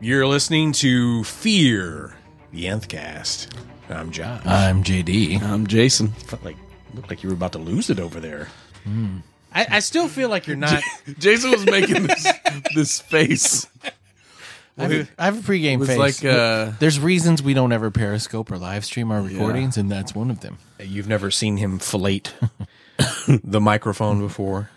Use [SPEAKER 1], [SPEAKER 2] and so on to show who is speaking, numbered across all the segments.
[SPEAKER 1] You're listening to Fear, the Nth Cast. I'm Josh.
[SPEAKER 2] I'm JD.
[SPEAKER 3] I'm Jason.
[SPEAKER 1] felt like looked like you were about to lose it over there. I, I still feel like you're not.
[SPEAKER 3] Jason was making this this face.
[SPEAKER 2] I have, a- I have a pregame
[SPEAKER 3] was
[SPEAKER 2] face.
[SPEAKER 3] like, uh,
[SPEAKER 2] There's reasons we don't ever Periscope or live stream our recordings, and that's one of them.
[SPEAKER 1] You've never seen him fillet the microphone before.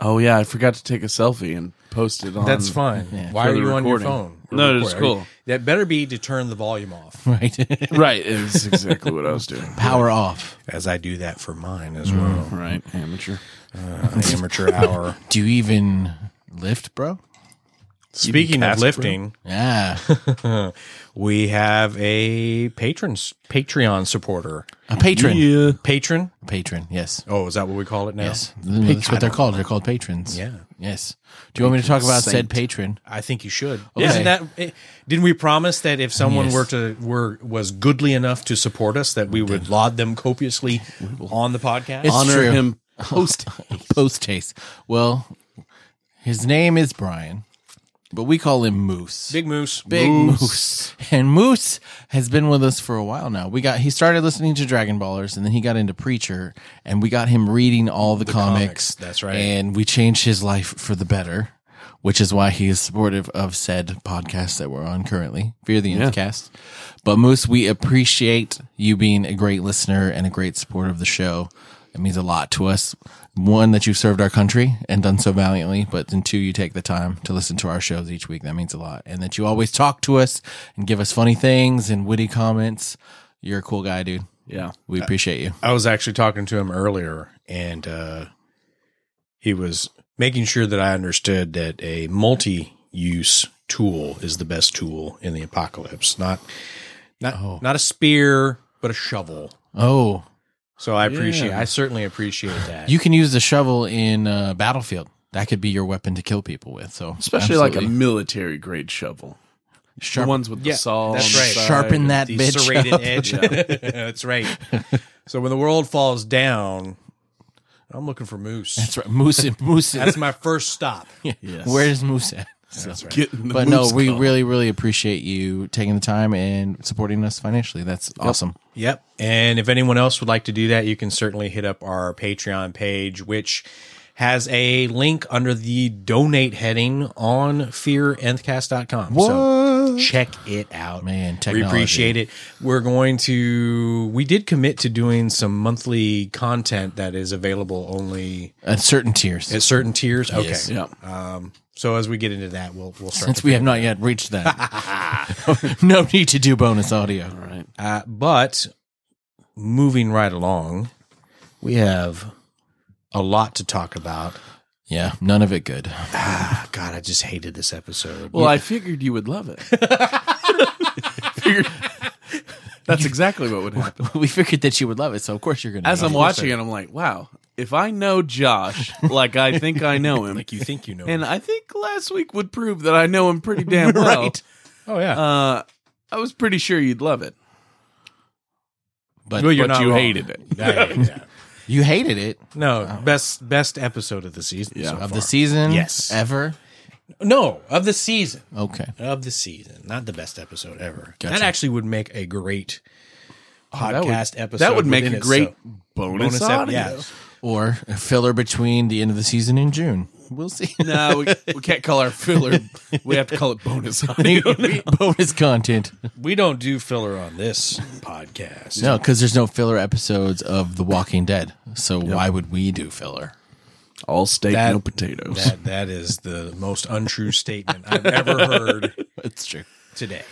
[SPEAKER 3] Oh yeah, I forgot to take a selfie and post it on.
[SPEAKER 1] That's fine. Why
[SPEAKER 3] For
[SPEAKER 1] are
[SPEAKER 3] the
[SPEAKER 1] you on your
[SPEAKER 3] recording.
[SPEAKER 1] phone?
[SPEAKER 3] No,
[SPEAKER 1] We're
[SPEAKER 3] it's
[SPEAKER 1] recording.
[SPEAKER 3] cool.
[SPEAKER 1] That better be to turn the volume off.
[SPEAKER 2] Right?
[SPEAKER 3] Right, is exactly what I was doing.
[SPEAKER 2] Power off.
[SPEAKER 1] As I do that for mine as well.
[SPEAKER 3] Right, amateur.
[SPEAKER 1] Mm. Amateur hour.
[SPEAKER 2] Do you even lift, bro?
[SPEAKER 1] Speaking of
[SPEAKER 3] cast, bro?
[SPEAKER 1] lifting,
[SPEAKER 2] Yeah.
[SPEAKER 1] we have a patrons Patreon supporter.
[SPEAKER 2] A patron.
[SPEAKER 3] Yeah.
[SPEAKER 1] Patron?
[SPEAKER 2] Patron, yes.
[SPEAKER 1] Oh, is that what we call it now?
[SPEAKER 2] Yes. That's what they're called. They're called patrons.
[SPEAKER 1] Yeah.
[SPEAKER 2] Yes. Do you want me to talk about
[SPEAKER 3] Saint.
[SPEAKER 2] said patron?
[SPEAKER 1] I think you should.
[SPEAKER 2] Okay.
[SPEAKER 1] Isn't that? eh, Didn't we promise that if someone
[SPEAKER 2] Yes.
[SPEAKER 1] were to were was goodly enough to support us, that we would laud them copiously on the podcast?
[SPEAKER 2] It's-
[SPEAKER 3] Honor
[SPEAKER 2] true.
[SPEAKER 3] him. Post.
[SPEAKER 2] Post haste. Well, his name is Brian, but we call him Moose.
[SPEAKER 1] Big Moose,
[SPEAKER 2] Big Moose. And Moose has been with us for a while now. We got he started listening to Dragon Ballers and then he got into Preacher and we got him reading all the,
[SPEAKER 1] comics,
[SPEAKER 2] comics,
[SPEAKER 1] that's right.
[SPEAKER 2] And we changed his life for the better, which is why he is supportive of said podcast that we're on currently, Fear the Nth Cast. But Moose, we appreciate you being a great listener and a great supporter of the show. It means a lot to us. One, that you've served our country and done so valiantly, but then two, you take the time to listen to our shows each week. That means a lot. And that you always talk to us and give us funny things and witty comments. You're a cool guy, dude.
[SPEAKER 3] Yeah.
[SPEAKER 1] Uh,
[SPEAKER 2] We appreciate you.
[SPEAKER 1] I was actually talking to him earlier, and uh, he was making sure that I understood that a multi-use tool is the best tool in the apocalypse. Not, not, not a spear, but a shovel.
[SPEAKER 2] Oh,
[SPEAKER 1] So I appreciate. I certainly appreciate that.
[SPEAKER 2] you can use the shovel in uh, Battlefield. That could be your weapon to kill people with. So
[SPEAKER 3] Especially like a
[SPEAKER 2] absolutely.
[SPEAKER 3] military grade shovel.
[SPEAKER 2] Sharp-
[SPEAKER 3] the ones with the
[SPEAKER 1] Yeah,
[SPEAKER 3] saw.
[SPEAKER 1] that's
[SPEAKER 3] on the
[SPEAKER 1] right.
[SPEAKER 3] side.
[SPEAKER 2] sharpen that
[SPEAKER 1] the
[SPEAKER 2] bitch
[SPEAKER 1] serrated
[SPEAKER 2] up.
[SPEAKER 1] edge. That's right. So when the world falls down, I'm looking for moose. That's,
[SPEAKER 2] That's right. Moose. Moose.
[SPEAKER 1] my first stop.
[SPEAKER 3] Yes.
[SPEAKER 2] Where is Moose at?
[SPEAKER 3] Get in the
[SPEAKER 2] But no,
[SPEAKER 3] moose
[SPEAKER 2] we
[SPEAKER 3] call.
[SPEAKER 2] really, really appreciate you taking the time and supporting us financially. That's awesome.
[SPEAKER 1] Yep. And if anyone else would like to do that, you can certainly hit up our Patreon page, which has a link under the donate heading on fearenthcast.com. So check it out.
[SPEAKER 2] Man,
[SPEAKER 1] We
[SPEAKER 2] technology.
[SPEAKER 1] appreciate it. We're going to, we did commit to doing some monthly content that is available only
[SPEAKER 2] At certain tiers.
[SPEAKER 1] at certain tiers. Okay. Um,
[SPEAKER 2] Yes.
[SPEAKER 3] Yeah.
[SPEAKER 1] So as we get into that, we'll we'll start.
[SPEAKER 2] Since we have not yet reached that. no need to do bonus audio.
[SPEAKER 3] All right.
[SPEAKER 1] Uh, but moving right along, we have a lot to talk about.
[SPEAKER 2] Yeah, none of it good.
[SPEAKER 1] Ah, God, I just hated this episode.
[SPEAKER 3] Well, I figured you would love it. Figured- That's exactly what would happen.
[SPEAKER 2] we figured that you would love it, so of course you're gonna
[SPEAKER 3] As
[SPEAKER 2] love
[SPEAKER 3] I'm
[SPEAKER 2] it.
[SPEAKER 3] watching it, I'm like, wow, if I know Josh like I think I know him,
[SPEAKER 1] you think you know?
[SPEAKER 3] and I think last week would prove that I know him pretty damn well,
[SPEAKER 2] Right.
[SPEAKER 1] oh yeah.
[SPEAKER 3] uh, I was pretty sure you'd love it.
[SPEAKER 2] but
[SPEAKER 1] Well, you're
[SPEAKER 3] but
[SPEAKER 1] not
[SPEAKER 3] you
[SPEAKER 1] wrong.
[SPEAKER 3] hated it.
[SPEAKER 1] I hated that.
[SPEAKER 2] you hated it
[SPEAKER 1] No, best best episode of the season.
[SPEAKER 3] Uh-huh. Yeah.
[SPEAKER 1] so
[SPEAKER 2] of
[SPEAKER 1] far.
[SPEAKER 2] the season
[SPEAKER 1] Yes.
[SPEAKER 2] ever.
[SPEAKER 1] No, of the season.
[SPEAKER 2] Okay.
[SPEAKER 1] Of the season, not the best episode ever.
[SPEAKER 2] Gotcha.
[SPEAKER 1] That actually would make a great
[SPEAKER 3] Oh, That would-
[SPEAKER 1] podcast episode.
[SPEAKER 3] That would make
[SPEAKER 1] within
[SPEAKER 3] a great
[SPEAKER 1] itself.
[SPEAKER 3] bonus,
[SPEAKER 1] ep-
[SPEAKER 3] audio.
[SPEAKER 1] yeah.
[SPEAKER 2] Or a filler between the end of the season and June. We'll see.
[SPEAKER 3] No, we, we can't call our filler. We have to call it bonus audio.
[SPEAKER 2] bonus content.
[SPEAKER 1] We don't do filler on this podcast.
[SPEAKER 2] No, because there's no filler episodes of The Walking Dead. So why would we do filler?
[SPEAKER 3] All steak,
[SPEAKER 1] That-
[SPEAKER 3] no potatoes.
[SPEAKER 1] That that is the most untrue statement I've ever heard
[SPEAKER 2] It's true.
[SPEAKER 1] today.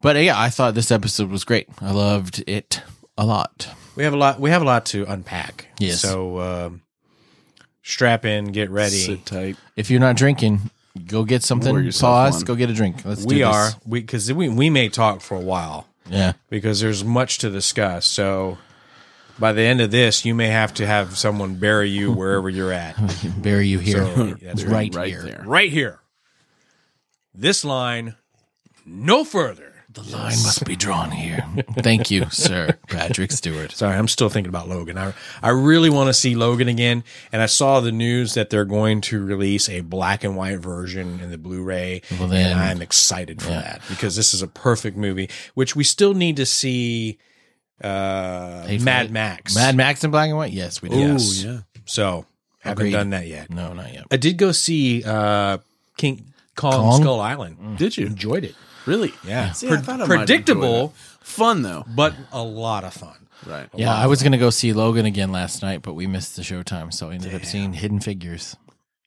[SPEAKER 2] But uh, yeah, I thought this episode was great. I loved it a lot.
[SPEAKER 1] We have a lot. We have a lot to unpack.
[SPEAKER 2] Yes.
[SPEAKER 1] So um, strap in, get ready.
[SPEAKER 3] Sit tight.
[SPEAKER 2] If you're not drinking, go get
[SPEAKER 3] Pour
[SPEAKER 2] something.
[SPEAKER 3] yourself
[SPEAKER 2] Pause.
[SPEAKER 3] one.
[SPEAKER 2] Go get a drink. Let's do
[SPEAKER 1] we
[SPEAKER 2] this.
[SPEAKER 1] are we because we we may talk for a while
[SPEAKER 2] Yeah.
[SPEAKER 1] because there's much to discuss. So by the end of this, you may have to have someone bury you wherever you're at.
[SPEAKER 2] Bury you here.
[SPEAKER 1] So, that's
[SPEAKER 2] right,
[SPEAKER 3] Right
[SPEAKER 2] here.
[SPEAKER 3] there.
[SPEAKER 1] right here. This line, no further.
[SPEAKER 2] The line must be drawn here. Thank you, sir, Patrick Stewart.
[SPEAKER 1] Sorry, I'm still thinking about Logan. I I really want to see Logan again. And I saw the news that they're going to release a black and white version in the Blu-ray.
[SPEAKER 2] Well, then-
[SPEAKER 1] and I'm excited for
[SPEAKER 2] Yeah.
[SPEAKER 1] that because this is a perfect movie, which we still need to see uh,
[SPEAKER 2] Hateful
[SPEAKER 1] Mad
[SPEAKER 2] Eight.
[SPEAKER 1] Max.
[SPEAKER 2] Mad Max in black and white? Yes, we do.
[SPEAKER 1] Yes.
[SPEAKER 3] yeah.
[SPEAKER 1] So haven't
[SPEAKER 2] Agreed.
[SPEAKER 1] done that yet.
[SPEAKER 2] No, not yet.
[SPEAKER 1] I did go see uh, King Kong,
[SPEAKER 2] Kong? Mm.
[SPEAKER 1] Skull Island.
[SPEAKER 3] Did you
[SPEAKER 1] Enjoyed it,
[SPEAKER 3] really?
[SPEAKER 1] Yeah.
[SPEAKER 3] See,
[SPEAKER 1] Pre-
[SPEAKER 3] I thought I might
[SPEAKER 1] predictable,
[SPEAKER 3] enjoy that. Fun though.
[SPEAKER 1] but a lot of fun.
[SPEAKER 3] Right.
[SPEAKER 2] Yeah, I was gonna go see Logan again last night, but we missed the showtime, so I ended up seeing Hidden Figures,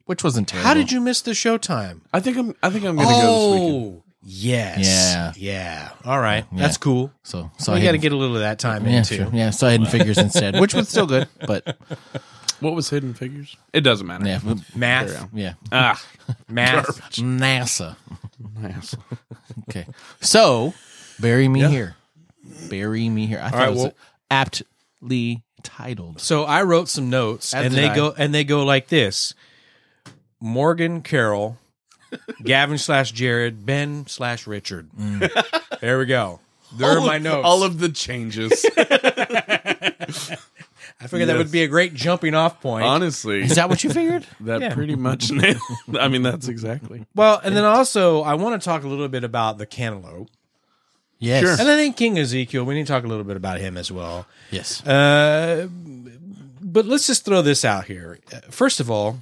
[SPEAKER 2] which wasn't terrible.
[SPEAKER 1] How did you miss the showtime?
[SPEAKER 3] I think I'm. I think I'm gonna
[SPEAKER 1] Oh.
[SPEAKER 3] go this weekend.
[SPEAKER 1] yes.
[SPEAKER 2] Yeah.
[SPEAKER 1] Yeah. All right.
[SPEAKER 2] Yeah.
[SPEAKER 1] That's cool.
[SPEAKER 2] So, so
[SPEAKER 1] So we
[SPEAKER 2] I
[SPEAKER 1] got to
[SPEAKER 2] hidden-
[SPEAKER 1] get a little of that time
[SPEAKER 2] yeah,
[SPEAKER 1] in too.
[SPEAKER 2] sure. yeah. So I Hidden Figures instead, which was still good, but
[SPEAKER 3] What was Hidden Figures? It doesn't matter.
[SPEAKER 2] yeah, but-
[SPEAKER 1] Math.
[SPEAKER 2] yeah.
[SPEAKER 3] Ah,
[SPEAKER 1] Math.
[SPEAKER 2] NASA.
[SPEAKER 3] nice.
[SPEAKER 2] Okay, so bury me
[SPEAKER 3] Yeah.
[SPEAKER 2] here, bury me here. I thought
[SPEAKER 1] right,
[SPEAKER 2] it was
[SPEAKER 1] well-
[SPEAKER 2] aptly titled.
[SPEAKER 1] So I wrote some notes
[SPEAKER 2] As
[SPEAKER 1] and
[SPEAKER 2] did
[SPEAKER 1] they
[SPEAKER 2] I.
[SPEAKER 1] go and they go like this. Morgan Carroll, Gavin slash Jared, Ben slash Richard. there we go. There are my notes.
[SPEAKER 3] All of the changes.
[SPEAKER 1] I figured that would be a great jumping off point.
[SPEAKER 3] Honestly,
[SPEAKER 2] Is that what you figured?
[SPEAKER 3] that
[SPEAKER 1] Yeah.
[SPEAKER 3] pretty much nailed. I mean, that's exactly.
[SPEAKER 1] well, and then also I want to talk a little bit about the cantaloupe.
[SPEAKER 2] yes.
[SPEAKER 3] Sure.
[SPEAKER 1] And I think King Ezekiel, we need to talk a little bit about him as well.
[SPEAKER 2] Yes.
[SPEAKER 1] Uh, but let's just throw this out here. Uh, First of all,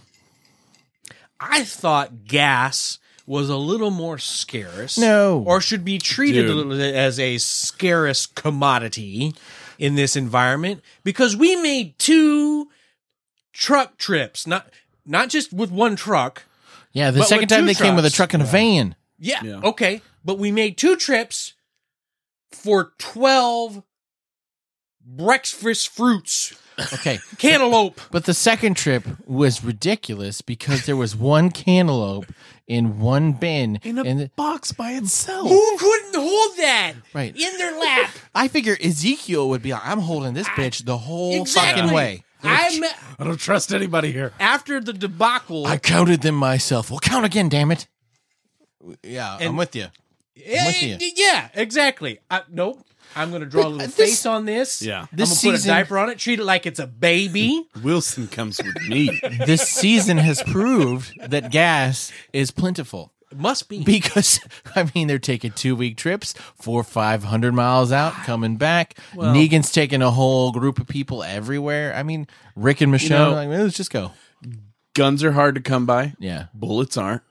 [SPEAKER 1] I thought gas was a little more scarce.
[SPEAKER 2] No.
[SPEAKER 1] Or should be treated a
[SPEAKER 3] Dude.
[SPEAKER 1] little as a scarce commodity in this environment because we made two truck trips, not not just with one truck.
[SPEAKER 2] yeah. The
[SPEAKER 1] But
[SPEAKER 2] second
[SPEAKER 1] with
[SPEAKER 2] time
[SPEAKER 1] two
[SPEAKER 2] they came with a
[SPEAKER 1] trucks.
[SPEAKER 2] truck and a van.
[SPEAKER 1] Yeah,
[SPEAKER 3] Yeah.
[SPEAKER 1] Okay. But we made two trips for 12 breakfast fruits,
[SPEAKER 2] Okay.
[SPEAKER 1] cantaloupe.
[SPEAKER 2] But the second trip was ridiculous because there was one cantaloupe in one bin.
[SPEAKER 3] In a
[SPEAKER 2] and the-
[SPEAKER 3] box by itself.
[SPEAKER 1] Who couldn't hold that
[SPEAKER 2] Right.
[SPEAKER 1] in their lap?
[SPEAKER 2] I figure Ezekiel would be like, I'm holding this
[SPEAKER 3] Ah,
[SPEAKER 2] bitch the whole fucking way.
[SPEAKER 1] I'm
[SPEAKER 3] I don't trust anybody here.
[SPEAKER 1] after the debacle.
[SPEAKER 2] I counted them myself. Well, count again, damn it. Yeah, I'm
[SPEAKER 1] And-
[SPEAKER 2] with you.
[SPEAKER 1] yeah,
[SPEAKER 2] with you.
[SPEAKER 1] Eh, yeah, exactly. I, nope. I'm going to draw a little
[SPEAKER 2] this-
[SPEAKER 1] face on this.
[SPEAKER 3] Yeah.
[SPEAKER 1] This
[SPEAKER 2] This
[SPEAKER 1] I'm going to put a
[SPEAKER 2] season-
[SPEAKER 1] diaper on it, treat it like it's a baby.
[SPEAKER 3] Wilson comes with me.
[SPEAKER 2] This season has proved that gas is plentiful
[SPEAKER 1] Must be.
[SPEAKER 2] because, I mean, they're taking two week trips, four, 500 miles out, coming back. Negan's taking a whole group of people everywhere. I mean, Rick and Michonne,
[SPEAKER 3] know-
[SPEAKER 2] like, let's just go.
[SPEAKER 3] Guns are hard to come by.
[SPEAKER 2] Yeah,
[SPEAKER 3] Bullets aren't.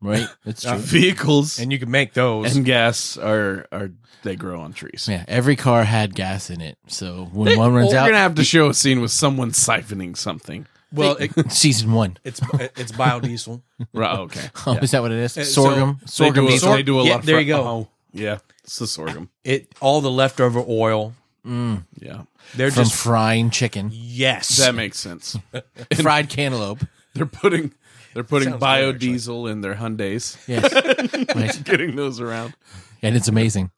[SPEAKER 2] right? That's true.
[SPEAKER 3] Vehicles
[SPEAKER 1] and you can make those.
[SPEAKER 3] and gas are are they grow on trees.
[SPEAKER 2] Yeah, every car had gas in it. So when one runs
[SPEAKER 3] We're
[SPEAKER 2] out,
[SPEAKER 3] gonna have to show a scene with someone siphoning something.
[SPEAKER 1] well, it,
[SPEAKER 2] season one.
[SPEAKER 1] it's it's biodiesel.
[SPEAKER 3] Right, okay.
[SPEAKER 2] Oh, is that what it is?
[SPEAKER 1] so
[SPEAKER 2] Sorghum.
[SPEAKER 3] They
[SPEAKER 2] sorghum.
[SPEAKER 3] do, a,
[SPEAKER 2] diesel.
[SPEAKER 3] they do a
[SPEAKER 1] Yeah,
[SPEAKER 3] lot. Of
[SPEAKER 1] there you go.
[SPEAKER 3] Oh, yeah, it's the sorghum.
[SPEAKER 1] It all the leftover oil.
[SPEAKER 3] Yeah,
[SPEAKER 1] They're
[SPEAKER 2] from
[SPEAKER 1] just
[SPEAKER 2] frying chicken,
[SPEAKER 1] yes.
[SPEAKER 3] that makes sense.
[SPEAKER 2] fried cantaloupe.
[SPEAKER 3] They're putting they're putting
[SPEAKER 1] Sounds good, actually.
[SPEAKER 3] biodiesel in their Hyundai's,
[SPEAKER 2] Yes, Right.
[SPEAKER 3] getting those around.
[SPEAKER 2] and it's amazing.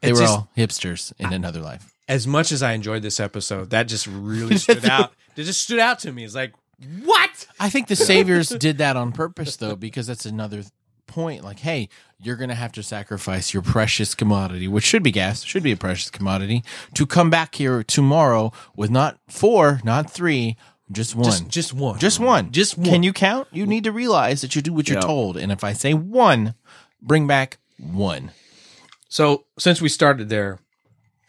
[SPEAKER 2] They
[SPEAKER 1] It's
[SPEAKER 2] were
[SPEAKER 1] just-
[SPEAKER 2] all hipsters in another life.
[SPEAKER 1] as much as I enjoyed this episode, that just really stood out. It just stood out to me. It's like, what?
[SPEAKER 2] I think the saviors did that on purpose, though, because that's another point. Like, hey, you're going to have to sacrifice your precious commodity, which should be gas, should be a precious commodity, to come back here tomorrow with not four, not three, just one.
[SPEAKER 1] Just, just one.
[SPEAKER 2] Just one.
[SPEAKER 1] Just one.
[SPEAKER 2] Can you count? You need to realize that you do what you're
[SPEAKER 3] Yeah.
[SPEAKER 2] told. And if I say one, bring back one.
[SPEAKER 1] So since we started there,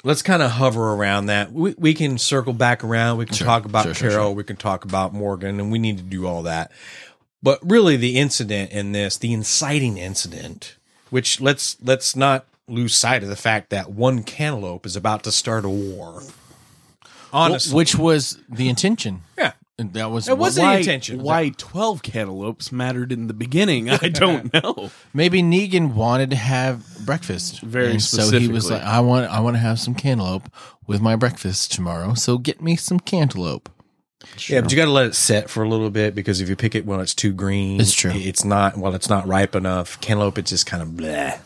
[SPEAKER 1] let's kind of hover around that. We, we can circle back around. We can talk about
[SPEAKER 2] Sure, sure,
[SPEAKER 1] Carol. We can talk about Morgan, and we need to do all that. But really, the incident in this, the inciting incident, which let's let's not lose sight of the fact that one cantaloupe is about to start a war. Honestly,
[SPEAKER 2] Which was the intention.
[SPEAKER 1] yeah.
[SPEAKER 2] And that was,
[SPEAKER 1] It was the
[SPEAKER 2] why-
[SPEAKER 1] intention.
[SPEAKER 3] Why twelve cantaloupes mattered in the beginning, I don't know.
[SPEAKER 2] maybe Negan wanted to have breakfast.
[SPEAKER 3] Very
[SPEAKER 2] and So he was
[SPEAKER 3] specifically.
[SPEAKER 2] like, I want I want to have some cantaloupe with my breakfast tomorrow. So get me some cantaloupe.
[SPEAKER 1] Yeah, but you got to let it set for a little bit because if you pick it when it's too green,
[SPEAKER 2] It's true.
[SPEAKER 1] it- It's not well, it's not ripe enough. Cantaloupe, it's just kind of bleh.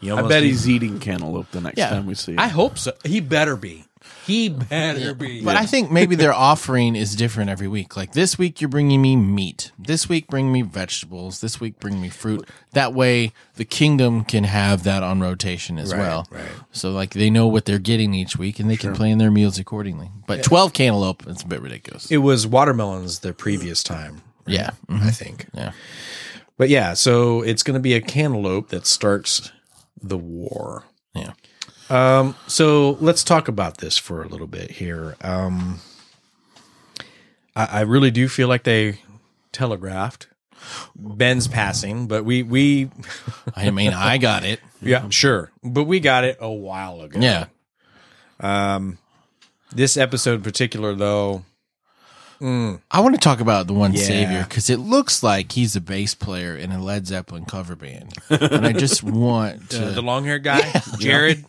[SPEAKER 1] You
[SPEAKER 3] I
[SPEAKER 1] almost
[SPEAKER 3] bet
[SPEAKER 1] need-
[SPEAKER 3] he's eating cantaloupe the next time we see him.
[SPEAKER 1] I hope so. He better be. He better be.
[SPEAKER 2] But I think maybe their offering is different every week. Like this week, you're bringing me meat. This week, bring me vegetables. This week, bring me fruit. That way, the kingdom can have that on rotation as
[SPEAKER 1] Right,
[SPEAKER 2] well.
[SPEAKER 1] right.
[SPEAKER 2] So, like, they know what they're getting each week and they can plan their meals accordingly. But 12 cantaloupe, it's a bit ridiculous.
[SPEAKER 1] It was watermelons the previous time. right?
[SPEAKER 2] yeah. mm-hmm.
[SPEAKER 1] I think.
[SPEAKER 2] Yeah.
[SPEAKER 1] But yeah, so it's going to be a cantaloupe that starts the war.
[SPEAKER 2] Yeah.
[SPEAKER 1] Um, so let's talk about this for a little bit here. Um, I, I really do feel like they telegraphed Ben's passing, but we we
[SPEAKER 2] I mean, I got it.
[SPEAKER 1] yeah sure, but we got it a while ago.
[SPEAKER 2] Yeah.
[SPEAKER 1] This episode in particular, though,
[SPEAKER 2] I want to talk about the one
[SPEAKER 1] Yeah.
[SPEAKER 2] savior because it looks like he's a bass player in a Led Zeppelin cover band, and I just want to.
[SPEAKER 1] uh, the long haired guy, Jared.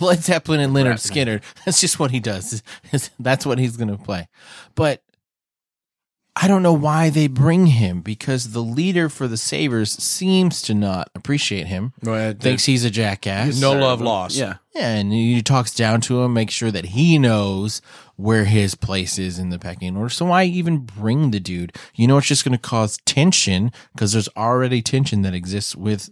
[SPEAKER 2] Led Zeppelin and Leonard Skinner. That's just what he does. Is- is- That's what he's going to play. But I don't know why they bring him because the leader for the Savers seems to not appreciate him. Thinks he's a jackass.
[SPEAKER 1] No love lost.
[SPEAKER 3] Yeah.
[SPEAKER 2] Yeah, and he talks down to him, makes sure that he knows where his place is in the pecking order. So why even bring the dude? You know, it's just going to cause tension because there's already tension that exists with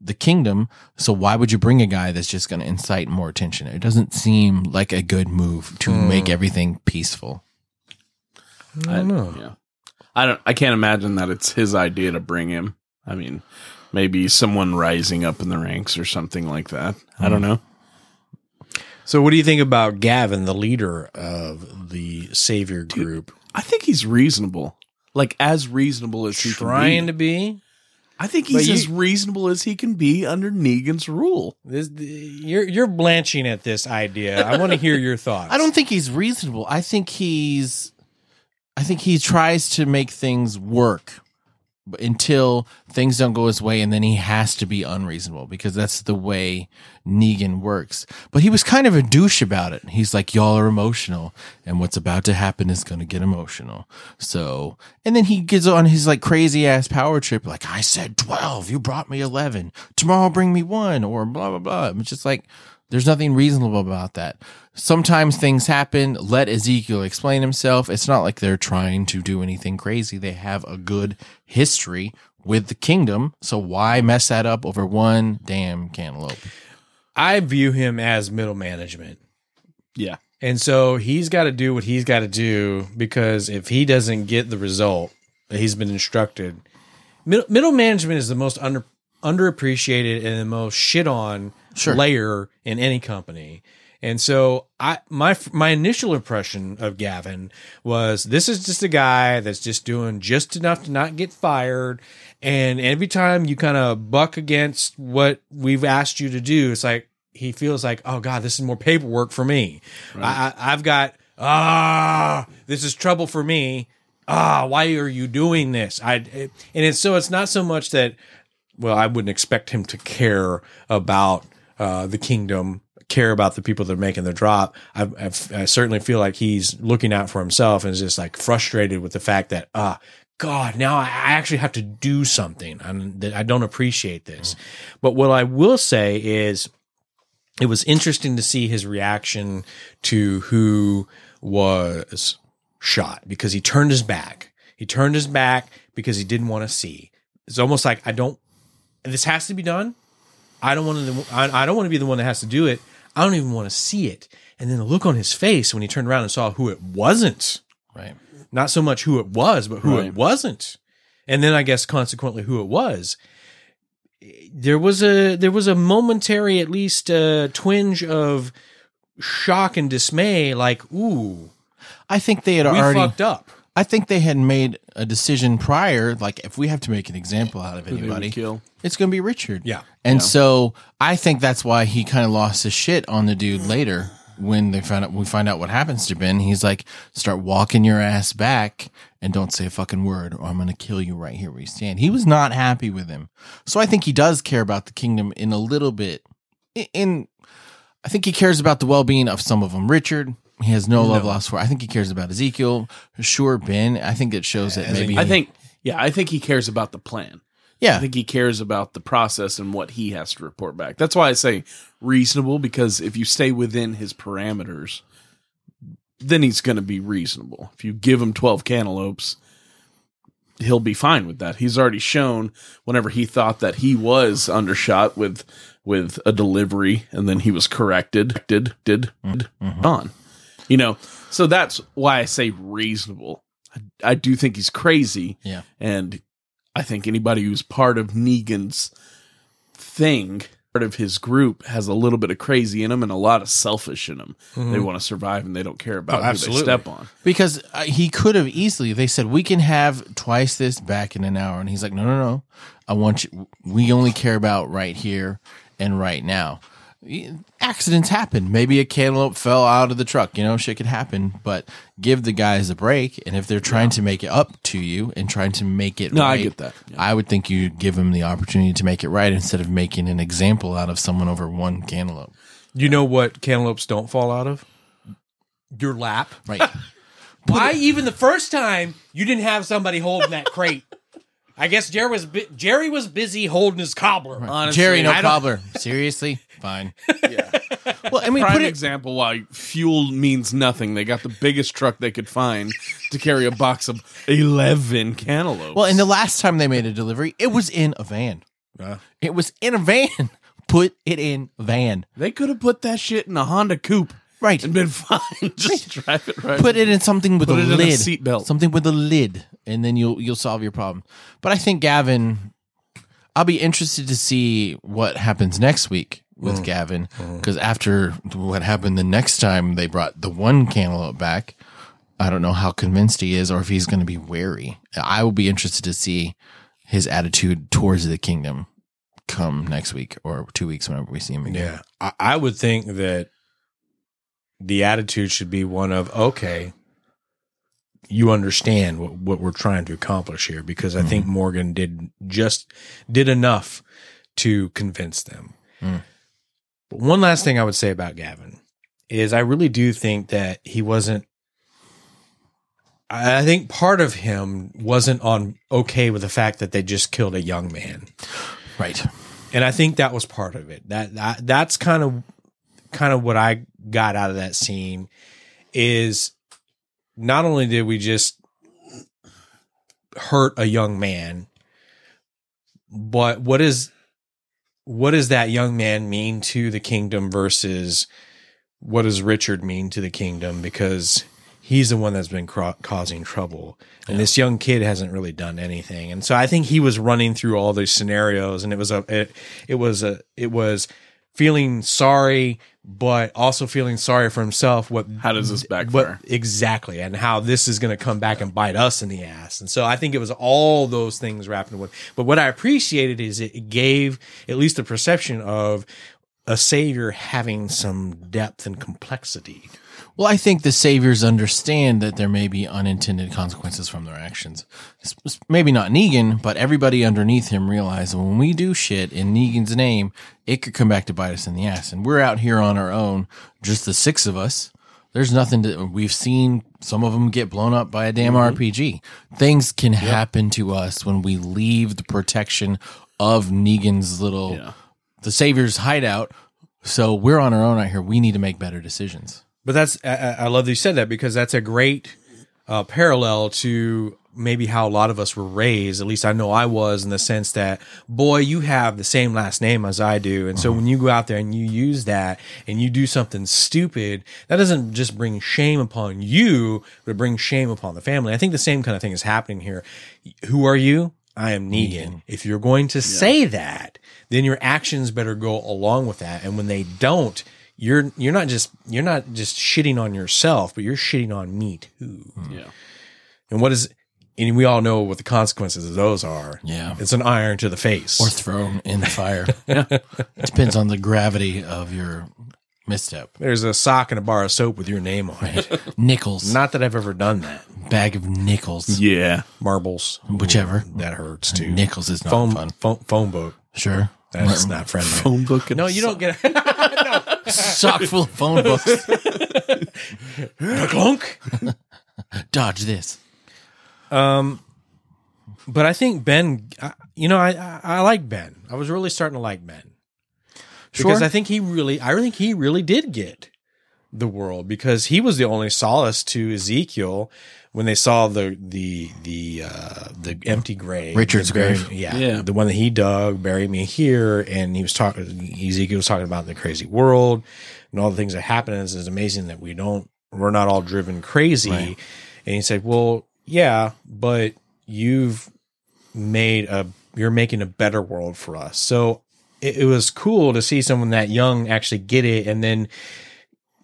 [SPEAKER 2] the kingdom. So why would you bring a guy that's just going to incite more tension? It doesn't seem like a good move to make everything peaceful.
[SPEAKER 1] I don't know.
[SPEAKER 3] Yeah. I don't I can't imagine that it's his idea to bring him. I mean, maybe someone rising up in the ranks or something like that. I
[SPEAKER 1] Hmm.
[SPEAKER 3] don't know.
[SPEAKER 1] So, what do you think about Gavin, the leader of the Savior group,
[SPEAKER 3] I think he's reasonable. Like as reasonable as he
[SPEAKER 1] trying
[SPEAKER 3] can be.
[SPEAKER 1] to be?
[SPEAKER 3] I think
[SPEAKER 1] But
[SPEAKER 3] he's
[SPEAKER 1] you-
[SPEAKER 3] as reasonable as he can be under Negan's rule.
[SPEAKER 1] This, you're you're blanching at this idea. I want to hear your thoughts.
[SPEAKER 2] I don't think he's reasonable. I think he's, I think he tries to make things work b- until things don't go his way, and then he has to be unreasonable because that's the way Negan works. But he was kind of a douche about it. He's like, "Y'all are emotional, and what's about to happen is going to get emotional." So, and then he gets on his like crazy ass power trip. Like I said, twelve. You brought me eleven. Tomorrow, bring me one, or blah blah blah. It's just like. There's nothing reasonable about that. Sometimes things happen. Let Ezekiel explain himself. It's not like they're trying to do anything crazy. They have a good history with the kingdom. So why mess that up over one damn cantaloupe?
[SPEAKER 1] I view him as middle management,
[SPEAKER 3] Yeah.
[SPEAKER 1] and so he's got to do what he's got to do because if he doesn't get the result that he's been instructed, middle, middle management is the most under underappreciated and the most shit on
[SPEAKER 2] Sure.
[SPEAKER 1] layer in any company. And so I my my initial impression of Gavin was this is just a guy that's just doing just enough to not get fired and every time you kind of buck against what we've asked you to do it's like he feels like oh god this is more paperwork for me. I, I I've got ah this is trouble for me. Ah why are you doing this? I and it's so it's not so much that well, I wouldn't expect him to care about uh, the kingdom, care about the people that are making the drop. I, I, I certainly feel like he's looking out for himself and is just like frustrated with the fact that, ah, God, now I I actually have to do something and that I don't appreciate this. But what I will say is it was interesting to see his reaction to who was shot because he turned his back. He turned his back because he didn't want to see. It's almost like I don't. This has to be done. I don't want to. I I don't want to be the one that has to do it. I don't even want to see it. And then the look on his face when he turned around and saw who it wasn't
[SPEAKER 2] Right.
[SPEAKER 1] not so much who it was, but who
[SPEAKER 3] Right.
[SPEAKER 1] it wasn't. And then I guess consequently who it was. There was a there was a momentary at least uh twinge of shock and dismay, like, ooh,
[SPEAKER 2] I think they had
[SPEAKER 1] we
[SPEAKER 2] already.
[SPEAKER 1] fucked up.
[SPEAKER 2] I think they had made a decision prior. Like if we have to make an example out of
[SPEAKER 3] They would
[SPEAKER 2] anybody,
[SPEAKER 3] kill.
[SPEAKER 2] it's going to be Richard.
[SPEAKER 1] Yeah.
[SPEAKER 2] And so I think that's why he kind of lost his shit on the dude later when they found out we find out what happens to Ben. He's like, start walking your ass back and don't say a fucking word, or I'm going to kill you right here where you stand. He was not happy with him. So I think he does care about the kingdom in a little bit. I- In, I think he cares about the well being of some of them. Richard. He has no, love lost for. I think he cares about Ezekiel. Sure, Ben. I think it shows that maybe.
[SPEAKER 3] I think yeah, I think he cares about the plan. I
[SPEAKER 2] Yeah.
[SPEAKER 3] think he cares about the process and what he has to report back. That's why I say reasonable because if you stay within his parameters, then he's going to be reasonable. If you give him 12 cantaloupes, he'll be fine with that. He's already shown whenever he thought that he was undershot with with a delivery and then he was corrected did did did on. You know, so that's why I say reasonable. I, I do think he's crazy.
[SPEAKER 2] Yeah.
[SPEAKER 3] And I think anybody who's part of Negan's thing, part of his group, has a little bit of crazy in them and a lot of selfish in them.
[SPEAKER 2] Mm-hmm.
[SPEAKER 3] They want to survive and they don't care about
[SPEAKER 4] Oh,
[SPEAKER 3] who
[SPEAKER 4] absolutely.
[SPEAKER 3] they step on.
[SPEAKER 2] Because uh, he could have easily, they said, we can have twice this back in an hour. And he's like, no, no, no. I want you, we only care about right here and right now. Y- Accidents happen. Maybe a cantaloupe fell out of the truck. You know, shit could happen, but give the guys a break. And if they're trying to make it up to you and trying to make it
[SPEAKER 3] No, I
[SPEAKER 2] right,
[SPEAKER 3] get that. Yeah.
[SPEAKER 2] I would think you give them the opportunity to make it right instead of making an example out of someone over one cantaloupe.
[SPEAKER 4] You know what cantaloupes don't fall out of? Your lap.
[SPEAKER 2] Right.
[SPEAKER 1] Why even the first time you didn't have somebody holding that crate? I guess Jerry was bu- Jerry was busy holding his cobbler. Honestly,
[SPEAKER 2] Jerry, no
[SPEAKER 1] I don't-
[SPEAKER 2] cobbler. Seriously? Fine. Well, I mean,
[SPEAKER 3] Prime
[SPEAKER 2] put it,
[SPEAKER 3] example why fuel means nothing. They got the biggest truck they could find to carry a box of 11 cantaloupes.
[SPEAKER 2] Well, and the last time they made a delivery, it was in a van. It was in a van. Put it in van.
[SPEAKER 3] they could have put that shit in a Honda Coupe
[SPEAKER 2] Right.
[SPEAKER 3] and been fine. Just drive it right.
[SPEAKER 2] Put it in something with
[SPEAKER 3] Put
[SPEAKER 2] a
[SPEAKER 3] it in a
[SPEAKER 2] lid.
[SPEAKER 3] seatbelt.
[SPEAKER 2] Something with a lid, and then you'll you'll solve your problem. But I think Gavin, I'll be interested to see what happens next week with
[SPEAKER 3] Mm.
[SPEAKER 2] Gavin because after what happened the next time they brought the one cantaloupe back, I don't know how convinced he is or if he's going to be wary. I will be interested to see his attitude towards the kingdom come next week or two weeks whenever we see him again.
[SPEAKER 4] Yeah. I, I would think that the attitude should be one of, okay, you understand what, what we're trying to accomplish here because I think Morgan did just did enough to convince them.
[SPEAKER 2] Mm.
[SPEAKER 4] But one last thing I would say about Gavin is I really do think that he wasn't I I think part of him wasn't on okay with the fact that they just killed a young man
[SPEAKER 2] Right.
[SPEAKER 4] and I think that was part of it. That, that that's kind of kind of what I got out of that scene is not only did we just hurt a young man, but what is what does that young man mean to the kingdom versus what does Richard mean to the kingdom because he's the one that's been cro- causing trouble and this young kid hasn't really done anything and so I think he was running through all those scenarios and it was a it, it was a it was feeling sorry but also feeling sorry for himself what
[SPEAKER 3] How does this backfire?
[SPEAKER 4] what exactly and how this is going to come back and bite us in the ass and so i think it was all those things wrapped in one but what i appreciated is it gave at least the perception of a savior having some depth and complexity
[SPEAKER 2] Well, I think the saviors understand that there may be unintended consequences from their actions. It's- it's Maybe not Negan, but everybody underneath him realized when we do shit in Negan's name, it could come back to bite us in the ass. And we're out here on our own, just the six of us. There's nothing to, we've seen some of them get blown up by a damn RPG. Things can happen to us when we leave the protection of Negan's little, the savior's hideout. So we're on our own out here. We need to make better decisions.
[SPEAKER 4] But that's I, I- I love that you said that because that's a great uh, parallel to maybe how a lot of us were raised. At least I know I was in the sense that boy, you have the same last name as I do, and so when you go out there and you use that and you do something stupid, that doesn't just bring shame upon you, but it brings shame upon the family. I think the same kind of thing is happening here. Who are you? I am Negan. If you're going to say that, then your actions better go along with that. And when they don't, you're you're not just you're not just shitting on yourself, but you're shitting on me too.
[SPEAKER 3] yeah.
[SPEAKER 4] And what is and we all know what the consequences of those are.
[SPEAKER 2] Yeah.
[SPEAKER 4] It's an iron to the face.
[SPEAKER 2] or thrown in the fire. Depends on the gravity of your misstep.
[SPEAKER 4] There's a sock and a bar of soap with your name on it.
[SPEAKER 2] Nickels,
[SPEAKER 4] not that I've ever done that.
[SPEAKER 2] bag of nickels,
[SPEAKER 3] Yeah.
[SPEAKER 4] Marbles.
[SPEAKER 2] whichever.
[SPEAKER 4] That hurts too.
[SPEAKER 2] Nickels is not
[SPEAKER 4] phone,
[SPEAKER 2] fun.
[SPEAKER 4] phone phone book.
[SPEAKER 2] Sure,
[SPEAKER 4] That's not friendly.
[SPEAKER 3] Phone book. And
[SPEAKER 4] No, you don't get a
[SPEAKER 2] sock full of phone books.
[SPEAKER 4] clunk.
[SPEAKER 2] Dodge this.
[SPEAKER 4] But I think Ben, I- you know, I, I I like Ben. I was really starting to like Ben
[SPEAKER 2] Sure,
[SPEAKER 4] because I think he really, I think he really did get the world because he was the only solace to Ezekiel when they saw the the the uh, the empty grave,
[SPEAKER 2] Richard's
[SPEAKER 4] The buried-
[SPEAKER 2] grave.
[SPEAKER 4] yeah,
[SPEAKER 3] Yeah.
[SPEAKER 4] the one that he dug, bury me here, and he was talking. Ezekiel was talking about the crazy world and all the things that happen. It's, it's amazing that we don't, we're not all driven crazy.
[SPEAKER 2] Right.
[SPEAKER 4] And he said, "Well, yeah, but you've made a, you're making a better world for us." So it, it was cool to see someone that young actually get it, and then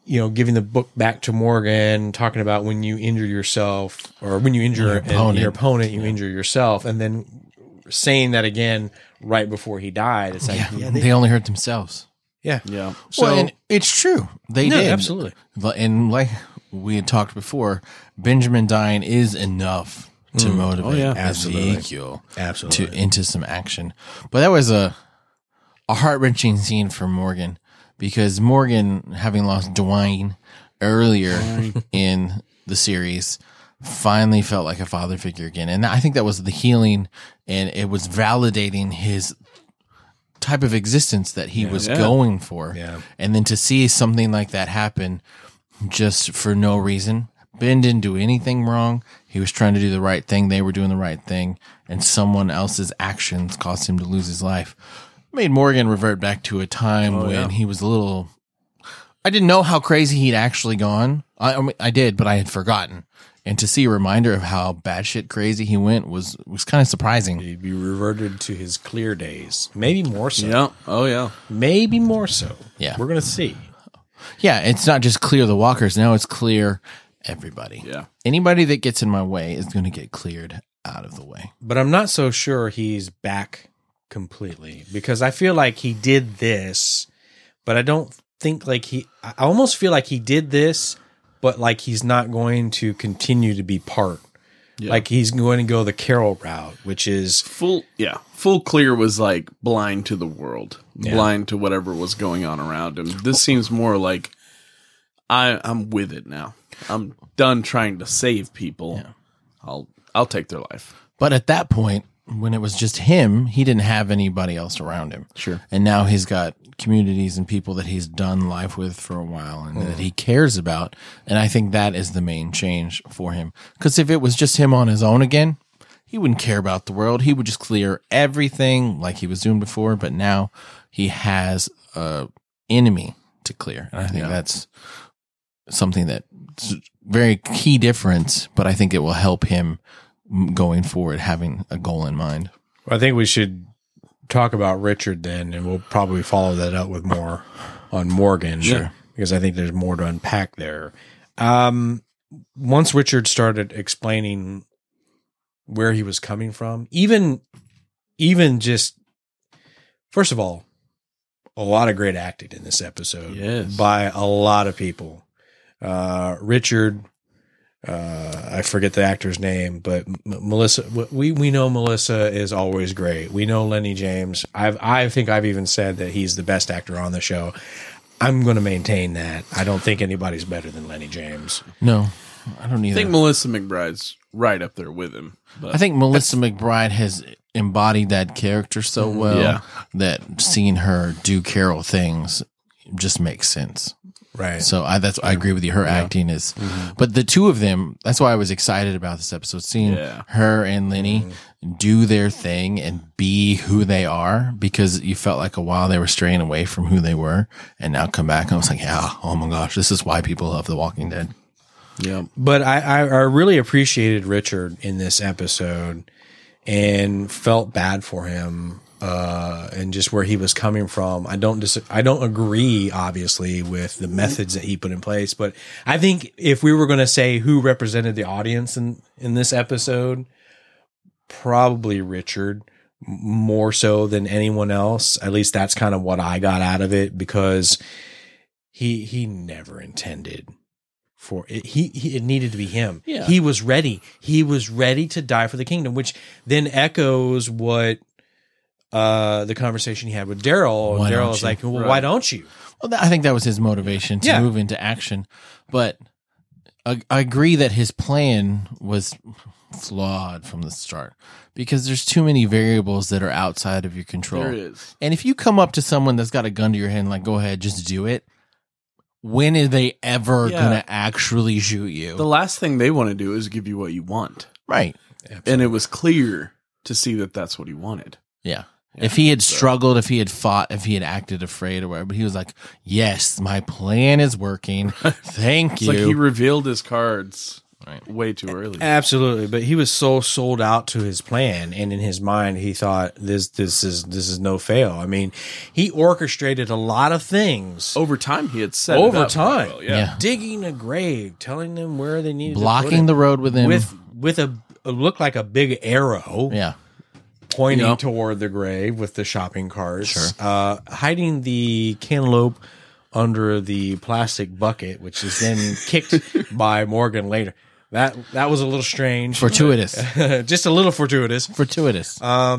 [SPEAKER 4] you know, giving the book back to Morgan, talking about when you injure yourself or when you injure
[SPEAKER 2] Your
[SPEAKER 4] your
[SPEAKER 2] opponent.
[SPEAKER 4] opponent, your opponent you injure yourself, and then saying that again right before he died. It's like, yeah, yeah.
[SPEAKER 2] they only hurt themselves.
[SPEAKER 3] Yeah.
[SPEAKER 2] So well, and it's true. They
[SPEAKER 4] No,
[SPEAKER 2] did
[SPEAKER 4] absolutely.
[SPEAKER 2] But- And like we had talked before, Benjamin dying is enough to motivate
[SPEAKER 3] yeah.
[SPEAKER 4] Mm. Oh, Absolutely.
[SPEAKER 2] Ezekiel
[SPEAKER 4] absolutely.
[SPEAKER 2] to into some action. But that was a a heart wrenching scene for Morgan because Morgan, having lost Dwayne earlier in the series, finally felt like a father figure again, and I think that was the healing, and it was validating his type of existence that he was
[SPEAKER 3] Yeah.
[SPEAKER 2] going for.
[SPEAKER 4] Yeah.
[SPEAKER 2] And then to see something like that happen just for no reason. Ben didn't do anything wrong. He was trying to do the right thing. They were doing the right thing. And someone else's actions caused him to lose his life. Made Morgan revert back to a time when he was a little. I didn't know how crazy he'd actually gone. I, I, mean, I did, but I had forgotten. And to see a reminder of how batshit crazy he went was, was kind of surprising.
[SPEAKER 4] He'd be reverted to his clear days, maybe more so.
[SPEAKER 3] Yeah. Oh yeah.
[SPEAKER 4] Maybe more so.
[SPEAKER 2] Yeah.
[SPEAKER 4] we're gonna see.
[SPEAKER 2] Yeah, it's not just clear the walkers. Now it's clear everybody.
[SPEAKER 3] Yeah.
[SPEAKER 2] Anybody that gets in my way is going to get cleared out of the way.
[SPEAKER 4] but I'm not so sure he's back completely because I feel like he did this, but I don't think like he. I almost feel like he did this, but like he's not going to continue to be part. Like he's going to go the Carol route, which is
[SPEAKER 3] Full yeah. Full clear was like blind to the world, blind to whatever was going on around him. This seems more like I I'm with it now. I'm done trying to save people. I'll I'll take their life.
[SPEAKER 2] But at that point, when it was just him, he didn't have anybody else around him.
[SPEAKER 3] Sure.
[SPEAKER 2] And now he's got communities and people that he's done life with for a while and that he cares about. And I think that is the main change for him. Because if it was just him on his own again, he wouldn't care about the world. He would just clear everything like he was doing before. But now he has a enemy to clear. And I think that's something that's very key difference, but I think it will help him m- going forward, having a goal in mind.
[SPEAKER 4] I think we should talk about Richard then, and we'll probably follow that up with more on Morgan.
[SPEAKER 3] Sure.
[SPEAKER 4] Because I think there's more to unpack there. Um, once Richard started explaining where he was coming from, even, even just, first of all, a lot of great acting in this episode
[SPEAKER 3] Yes.
[SPEAKER 4] by a lot of people. Uh, Richard, uh, I forget the actor's name, but M- Melissa. We we know Melissa is always great. We know Lenny James. I've I think I've even said that he's the best actor on the show. I'm going to maintain that. I don't think anybody's better than Lenny James.
[SPEAKER 2] No, I don't either.
[SPEAKER 3] I think Melissa McBride's right up there with him. But
[SPEAKER 2] I think Melissa McBride has embodied that character so well
[SPEAKER 3] Yeah.
[SPEAKER 2] that seeing her do Carol things just makes sense.
[SPEAKER 4] Right.
[SPEAKER 2] So I that's I agree with you. Her acting is, but the two of them. That's why I was excited about this episode. Seeing
[SPEAKER 3] Yeah.
[SPEAKER 2] her and Lenny do their thing and be who they are, because you felt like a while they were straying away from who they were, and now come back. And I was like, yeah, oh my gosh, this is why people love The Walking Dead.
[SPEAKER 3] yeah.
[SPEAKER 4] but I, I, I really appreciated Richard in this episode and felt bad for him uh, and just where he was coming from. I don't dis- I don't agree obviously with the methods that he put in place, but I think if we were going to say who represented the audience in in this episode, probably Richard m- more so than anyone else. At least that's kind of what I got out of it because he he never intended for it. He, he it needed to be him.
[SPEAKER 3] Yeah.
[SPEAKER 4] He was ready. He was ready to die for the kingdom, which then echoes what uh the conversation he had with Daryl.
[SPEAKER 2] Why
[SPEAKER 4] And
[SPEAKER 2] don't
[SPEAKER 4] Daryl was
[SPEAKER 2] you?
[SPEAKER 4] like, "Well, why don't you?"
[SPEAKER 2] Well, that, I think that was his motivation to
[SPEAKER 4] Yeah.
[SPEAKER 2] move into action. But I, I agree that his plan was flawed from the start because there's too many variables that are outside of your control.
[SPEAKER 3] There is.
[SPEAKER 2] And if you come up to someone that's got a gun to your head and like, go ahead, just do it, when are they ever
[SPEAKER 3] Yeah.
[SPEAKER 2] gonna actually shoot you?
[SPEAKER 3] The last thing they want to do is give you what you want.
[SPEAKER 2] right.
[SPEAKER 3] And it was clear to see that that's what he wanted.
[SPEAKER 2] Yeah.
[SPEAKER 3] Yeah,
[SPEAKER 2] if he had
[SPEAKER 3] so-
[SPEAKER 2] struggled, if he had fought, if he had acted afraid or whatever, but he was like, "Yes, my plan is working. Thank
[SPEAKER 3] It's
[SPEAKER 2] you."
[SPEAKER 3] like he revealed his cards
[SPEAKER 2] Right.
[SPEAKER 3] way too early.
[SPEAKER 4] Absolutely, but he was so sold out to his plan, and in his mind, he thought this this is this is no fail. I mean, he orchestrated a lot of things
[SPEAKER 3] Over time, he had said
[SPEAKER 4] Over time.
[SPEAKER 2] yeah.
[SPEAKER 4] digging a grave, telling them where they needed
[SPEAKER 2] blocking the
[SPEAKER 4] to
[SPEAKER 2] road with
[SPEAKER 4] put it,
[SPEAKER 2] him.
[SPEAKER 4] with with a, a look like a big arrow
[SPEAKER 2] yeah.
[SPEAKER 4] pointing
[SPEAKER 3] Yeah.
[SPEAKER 4] toward the grave with the shopping carts, uh, hiding the cantaloupe under the plastic bucket, which is then kicked by Morgan later. That that was a little strange,
[SPEAKER 2] Fortuitous.
[SPEAKER 4] just a little fortuitous.
[SPEAKER 2] Fortuitous.
[SPEAKER 3] Uh,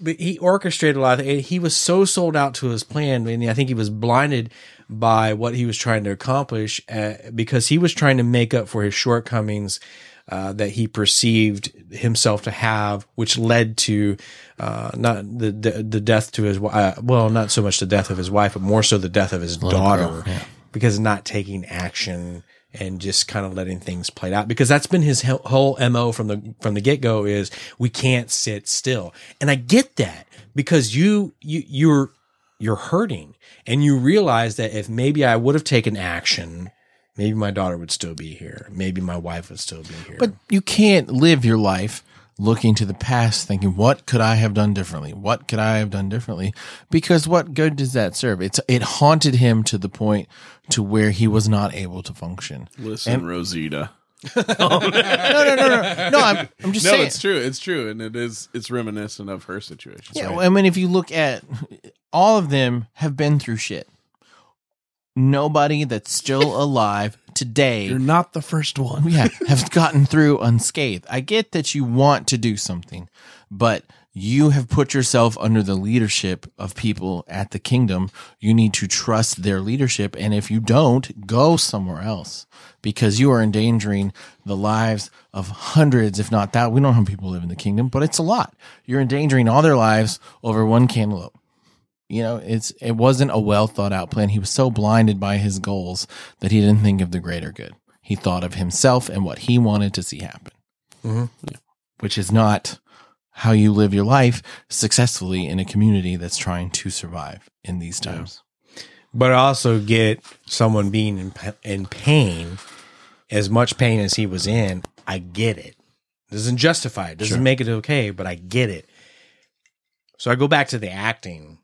[SPEAKER 4] but he orchestrated a lot. Of, and he was so sold out to his plan, and I think he was blinded by what he was trying to accomplish uh, because he was trying to make up for his shortcomings uh, that he perceived himself to have, which led to uh, not the, the the death to his wi- uh, well, not so much the death of his wife, but more so the death of his daughter because not taking action and just kind of letting things play out because that's been his he- whole mo from the from the get-go is we can't sit still and i get that because you you you're you're hurting and you realize that if maybe i would have taken action maybe my daughter would still be here maybe my wife would still be here
[SPEAKER 2] But you can't live your life looking to the past thinking what could I have done differently? What could I have done differently? Because what good does that serve? It's it haunted him to the point to where he was not able to function.
[SPEAKER 3] Listen, Rosita.
[SPEAKER 2] No, no, no, no. No, I'm, I'm just
[SPEAKER 3] No,
[SPEAKER 2] saying.
[SPEAKER 3] it's true. It's true, and it is. It's reminiscent of her situation.
[SPEAKER 2] Yeah, well, I mean, if you look at all of them, have been through shit. Nobody that's still alive today
[SPEAKER 3] You're not the first one.
[SPEAKER 2] Oh, yeah, have gotten through unscathed. I get that you want to do something, but you have put yourself under the leadership of people at the kingdom. You need to trust their leadership. And if you don't, go somewhere else because you are endangering the lives of hundreds, if not that. We don't know how people live in the kingdom, but it's a lot. You're endangering all their lives over one cantaloupe you know it's it wasn't a well thought out plan he was so blinded by his goals that he didn't think of the greater good he thought of himself and what he wanted to see happen
[SPEAKER 4] Mhm.
[SPEAKER 2] which is not how you live your life successfully in a community that's trying to survive in these times
[SPEAKER 4] but I also get someone being in, pa- in pain as much pain as he was in i get it doesn't justify it doesn't
[SPEAKER 2] Sure.
[SPEAKER 4] make it okay but i get it so i go back to the acting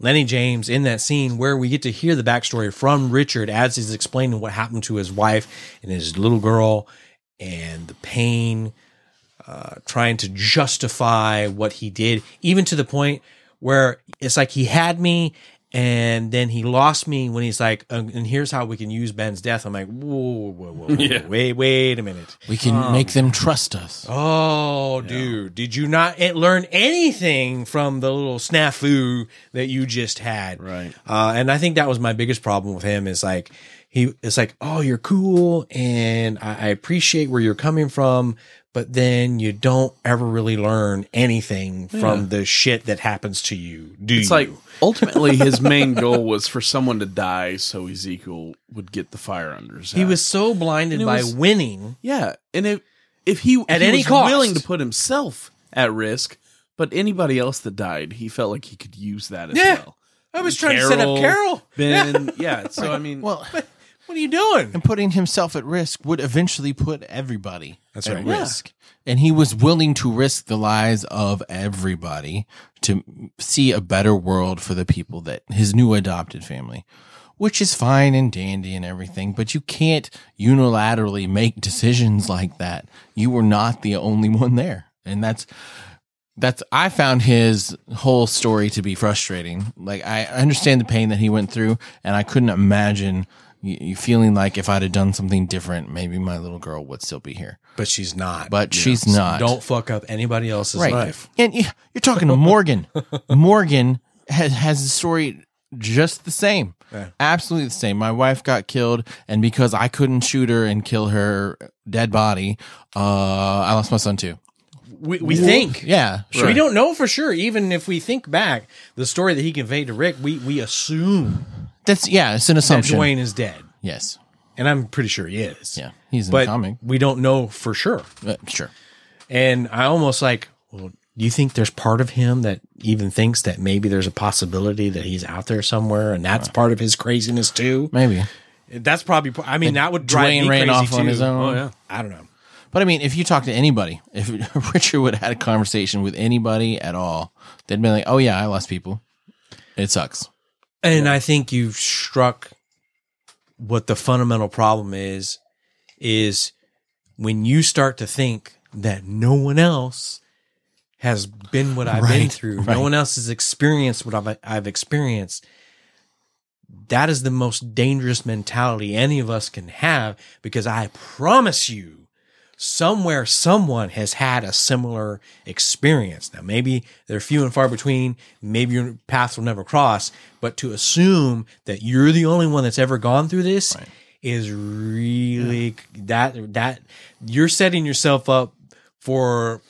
[SPEAKER 4] lenny james in that scene where we get to hear the backstory from richard as he's explaining what happened to his wife and his little girl and the pain uh, trying to justify what he did, even to the point where it's like he had me and then he lost me when he's like, um, and here's how we can use Ben's death. I'm like, whoa, whoa, whoa, whoa, whoa, wait, wait a minute.
[SPEAKER 2] we can make them trust us
[SPEAKER 4] Oh, dude, did you not eh, learn anything from the little snafu that you just had?
[SPEAKER 3] Right.
[SPEAKER 4] Uh, and I think that was my biggest problem with him is like he it's like, oh, you're cool and I, I appreciate where you're coming from, but then you don't ever really learn anything from the shit that happens to you. Do
[SPEAKER 3] It's
[SPEAKER 4] you?
[SPEAKER 3] like ultimately his main goal was for someone to die so Ezekiel would get the fire under his.
[SPEAKER 4] he
[SPEAKER 3] ass.
[SPEAKER 4] was so blinded
[SPEAKER 3] it
[SPEAKER 4] by
[SPEAKER 3] was-
[SPEAKER 4] winning.
[SPEAKER 3] yeah, and if if he
[SPEAKER 4] At
[SPEAKER 3] he
[SPEAKER 4] any
[SPEAKER 3] was
[SPEAKER 4] cost.
[SPEAKER 3] willing to put himself at risk, but anybody else that died, he felt like he could use that as
[SPEAKER 4] Yeah.
[SPEAKER 3] well.
[SPEAKER 4] I was trying to set up Carol.
[SPEAKER 3] Ben, yeah. So I mean,
[SPEAKER 2] well
[SPEAKER 4] What are you doing?
[SPEAKER 2] and putting himself at risk would eventually put everybody
[SPEAKER 4] That's
[SPEAKER 2] at
[SPEAKER 4] right. Yeah.
[SPEAKER 2] risk. And he was willing to risk the lives of everybody to see a better world for the people that his new adopted family, which is fine and dandy and everything, but you can't unilaterally make decisions like that. You were not the only one there. And that's that's I found his whole story to be frustrating. Like I understand the pain that he went through, and I couldn't imagine y- you feeling like if I'd have done something different, maybe my little girl would still be here.
[SPEAKER 4] But she's not.
[SPEAKER 2] But she's not.
[SPEAKER 4] Don't fuck up anybody else's
[SPEAKER 2] right.
[SPEAKER 4] life.
[SPEAKER 2] And yeah, you're talking to Morgan. Morgan has has the story just the same, absolutely the same. My wife got killed, and because I couldn't shoot her and kill her dead body, uh, I lost my son too.
[SPEAKER 4] We, we think.
[SPEAKER 2] Yeah, sure.
[SPEAKER 4] We don't know for sure. Even if we think back, the story that he conveyed to Rick, we we assume
[SPEAKER 2] That's yeah, it's an
[SPEAKER 4] that
[SPEAKER 2] assumption.
[SPEAKER 4] Dwayne is dead.
[SPEAKER 2] Yes.
[SPEAKER 4] and I'm pretty sure he is.
[SPEAKER 2] Yeah. He's in
[SPEAKER 4] but
[SPEAKER 2] the comic.
[SPEAKER 4] we don't know for sure.
[SPEAKER 2] Uh, sure.
[SPEAKER 4] And I almost like, well, do you think there's part of him that even thinks that maybe there's a possibility that he's out there somewhere, and that's part of his craziness too?
[SPEAKER 2] Maybe.
[SPEAKER 4] That's probably. I mean, that would drive
[SPEAKER 2] Dwayne
[SPEAKER 4] me
[SPEAKER 2] ran
[SPEAKER 4] crazy
[SPEAKER 2] off on
[SPEAKER 4] too.
[SPEAKER 2] his own.
[SPEAKER 3] Oh yeah.
[SPEAKER 4] I don't know.
[SPEAKER 2] But I mean, if you talk to anybody, if Richard would have had a conversation with anybody at all, they'd be like, oh, yeah, I lost people. It sucks.
[SPEAKER 4] And I think you've struck what the fundamental problem is is when you start to think that no one else has been what I've been
[SPEAKER 2] Right,
[SPEAKER 4] through,
[SPEAKER 2] right.
[SPEAKER 4] no one else has experienced what I've, I've experienced. That is the most dangerous mentality any of us can have because I promise you somewhere someone has had a similar experience. Now, maybe they're few and far between. Maybe your paths will never cross. But to assume that you're the only one that's ever gone through this is really that that you're setting yourself up for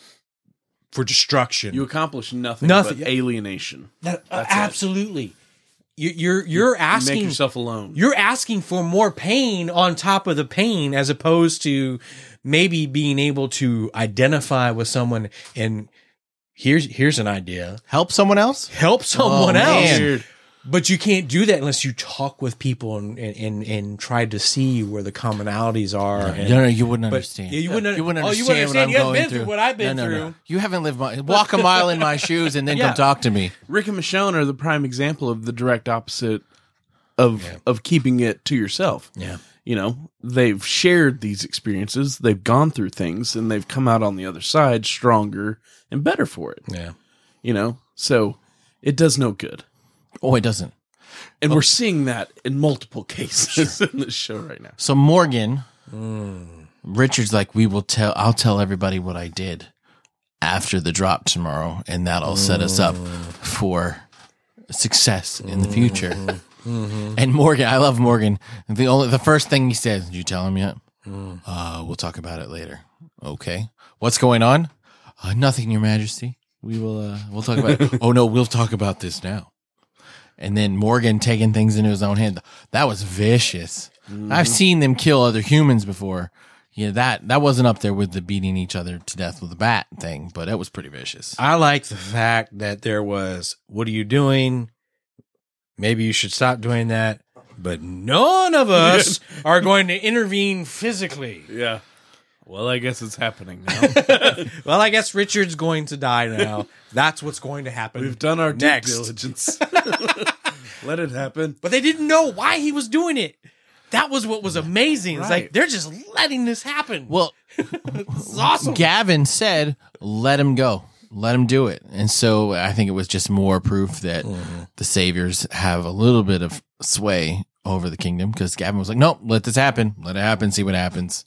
[SPEAKER 4] for destruction.
[SPEAKER 3] You accomplish nothing,
[SPEAKER 4] Nothing.
[SPEAKER 3] but alienation.
[SPEAKER 4] That-
[SPEAKER 3] That's it.
[SPEAKER 4] absolutely. You, you're you're
[SPEAKER 3] You
[SPEAKER 4] asking
[SPEAKER 3] make yourself alone.
[SPEAKER 4] you're asking for more pain on top of the pain as opposed to maybe being able to identify with someone and here's here's an idea
[SPEAKER 2] Help someone else?
[SPEAKER 4] help someone
[SPEAKER 2] Oh,
[SPEAKER 4] else
[SPEAKER 2] man.
[SPEAKER 3] Weird.
[SPEAKER 4] but you can't do that unless you talk with people and and and, and try to see where the commonalities are and-
[SPEAKER 2] No, no, you wouldn't
[SPEAKER 4] but-
[SPEAKER 2] understand.
[SPEAKER 4] yeah, you wouldn't
[SPEAKER 2] You wouldn't
[SPEAKER 4] oh,
[SPEAKER 2] understand,
[SPEAKER 4] you wouldn't
[SPEAKER 2] what
[SPEAKER 4] understand.
[SPEAKER 2] I'm
[SPEAKER 4] You haven't
[SPEAKER 2] going
[SPEAKER 4] been through
[SPEAKER 2] through.
[SPEAKER 4] what I've been
[SPEAKER 2] No, no, no.
[SPEAKER 4] through.
[SPEAKER 2] You haven't lived my walk a mile in my shoes and then
[SPEAKER 4] Yeah.
[SPEAKER 2] come talk to me.
[SPEAKER 3] Rick and Michonne are the prime example of the direct opposite of of keeping it to yourself.
[SPEAKER 4] yeah
[SPEAKER 3] You know, they've shared these experiences, they've gone through things, and they've come out on the other side stronger and better for it.
[SPEAKER 4] yeah
[SPEAKER 3] You know, so it does no good,
[SPEAKER 2] Oh, it doesn't.
[SPEAKER 3] and
[SPEAKER 4] Oh.
[SPEAKER 3] we're seeing that in multiple cases in this show right now.
[SPEAKER 2] So Morgan, Richard's like, we will tell. I'll tell everybody what I did after the drop tomorrow, and that'll set us up for success in the future. And Morgan, I love Morgan. The only the first thing he says, "Did you tell him yet?" Uh, we'll talk about it later. Okay, what's going on? Uh, nothing, Your Majesty. We will. Uh, we'll talk about. it. Oh no, we'll talk about this now. And then Morgan taking things into his own hand. That was vicious. I've seen them kill other humans before. Yeah, that that wasn't up there with the beating each other to death with a bat thing, but that was pretty vicious.
[SPEAKER 4] I like the fact that there was, what are you doing? Maybe you should stop doing that. But none of us are going to intervene physically.
[SPEAKER 3] Yeah. Well, I guess it's happening now.
[SPEAKER 4] Well, I guess Richard's going to die now. That's what's going to happen.
[SPEAKER 3] We've done our due
[SPEAKER 4] Next.
[SPEAKER 3] diligence. Let it happen.
[SPEAKER 4] But they didn't know why he was doing it. That was what was amazing. It's like
[SPEAKER 3] Right.
[SPEAKER 4] they're just letting this happen.
[SPEAKER 2] Well,
[SPEAKER 4] it's awesome.
[SPEAKER 2] Gavin said, "Let him go, let him do it," and so I think it was just more proof that the saviors have a little bit of sway over the kingdom because Gavin was like, "Nope, let this happen, let it happen, see what happens,"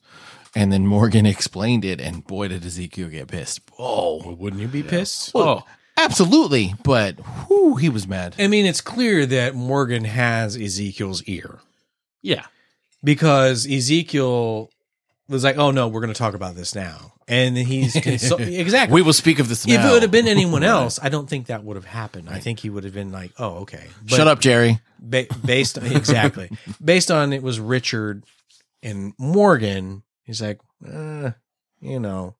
[SPEAKER 2] and then Morgan explained it, and boy did Ezekiel get pissed.
[SPEAKER 4] Oh, wouldn't you be pissed?
[SPEAKER 3] Oh,
[SPEAKER 2] Absolutely, but whoo, he was mad.
[SPEAKER 4] I mean, it's clear that Morgan has Ezekiel's ear.
[SPEAKER 3] yeah.
[SPEAKER 4] because Ezekiel was like, "Oh no, we're going to talk about this now," and then he's consult- exactly.
[SPEAKER 2] We will speak of this.
[SPEAKER 4] if
[SPEAKER 2] now.
[SPEAKER 4] it would have been anyone else, I don't think that would have happened. I think he would have been like, "Oh, okay." But
[SPEAKER 2] shut up, Jerry.
[SPEAKER 4] Ba- based on, exactly based on it was Richard and Morgan, he's like, uh, you know,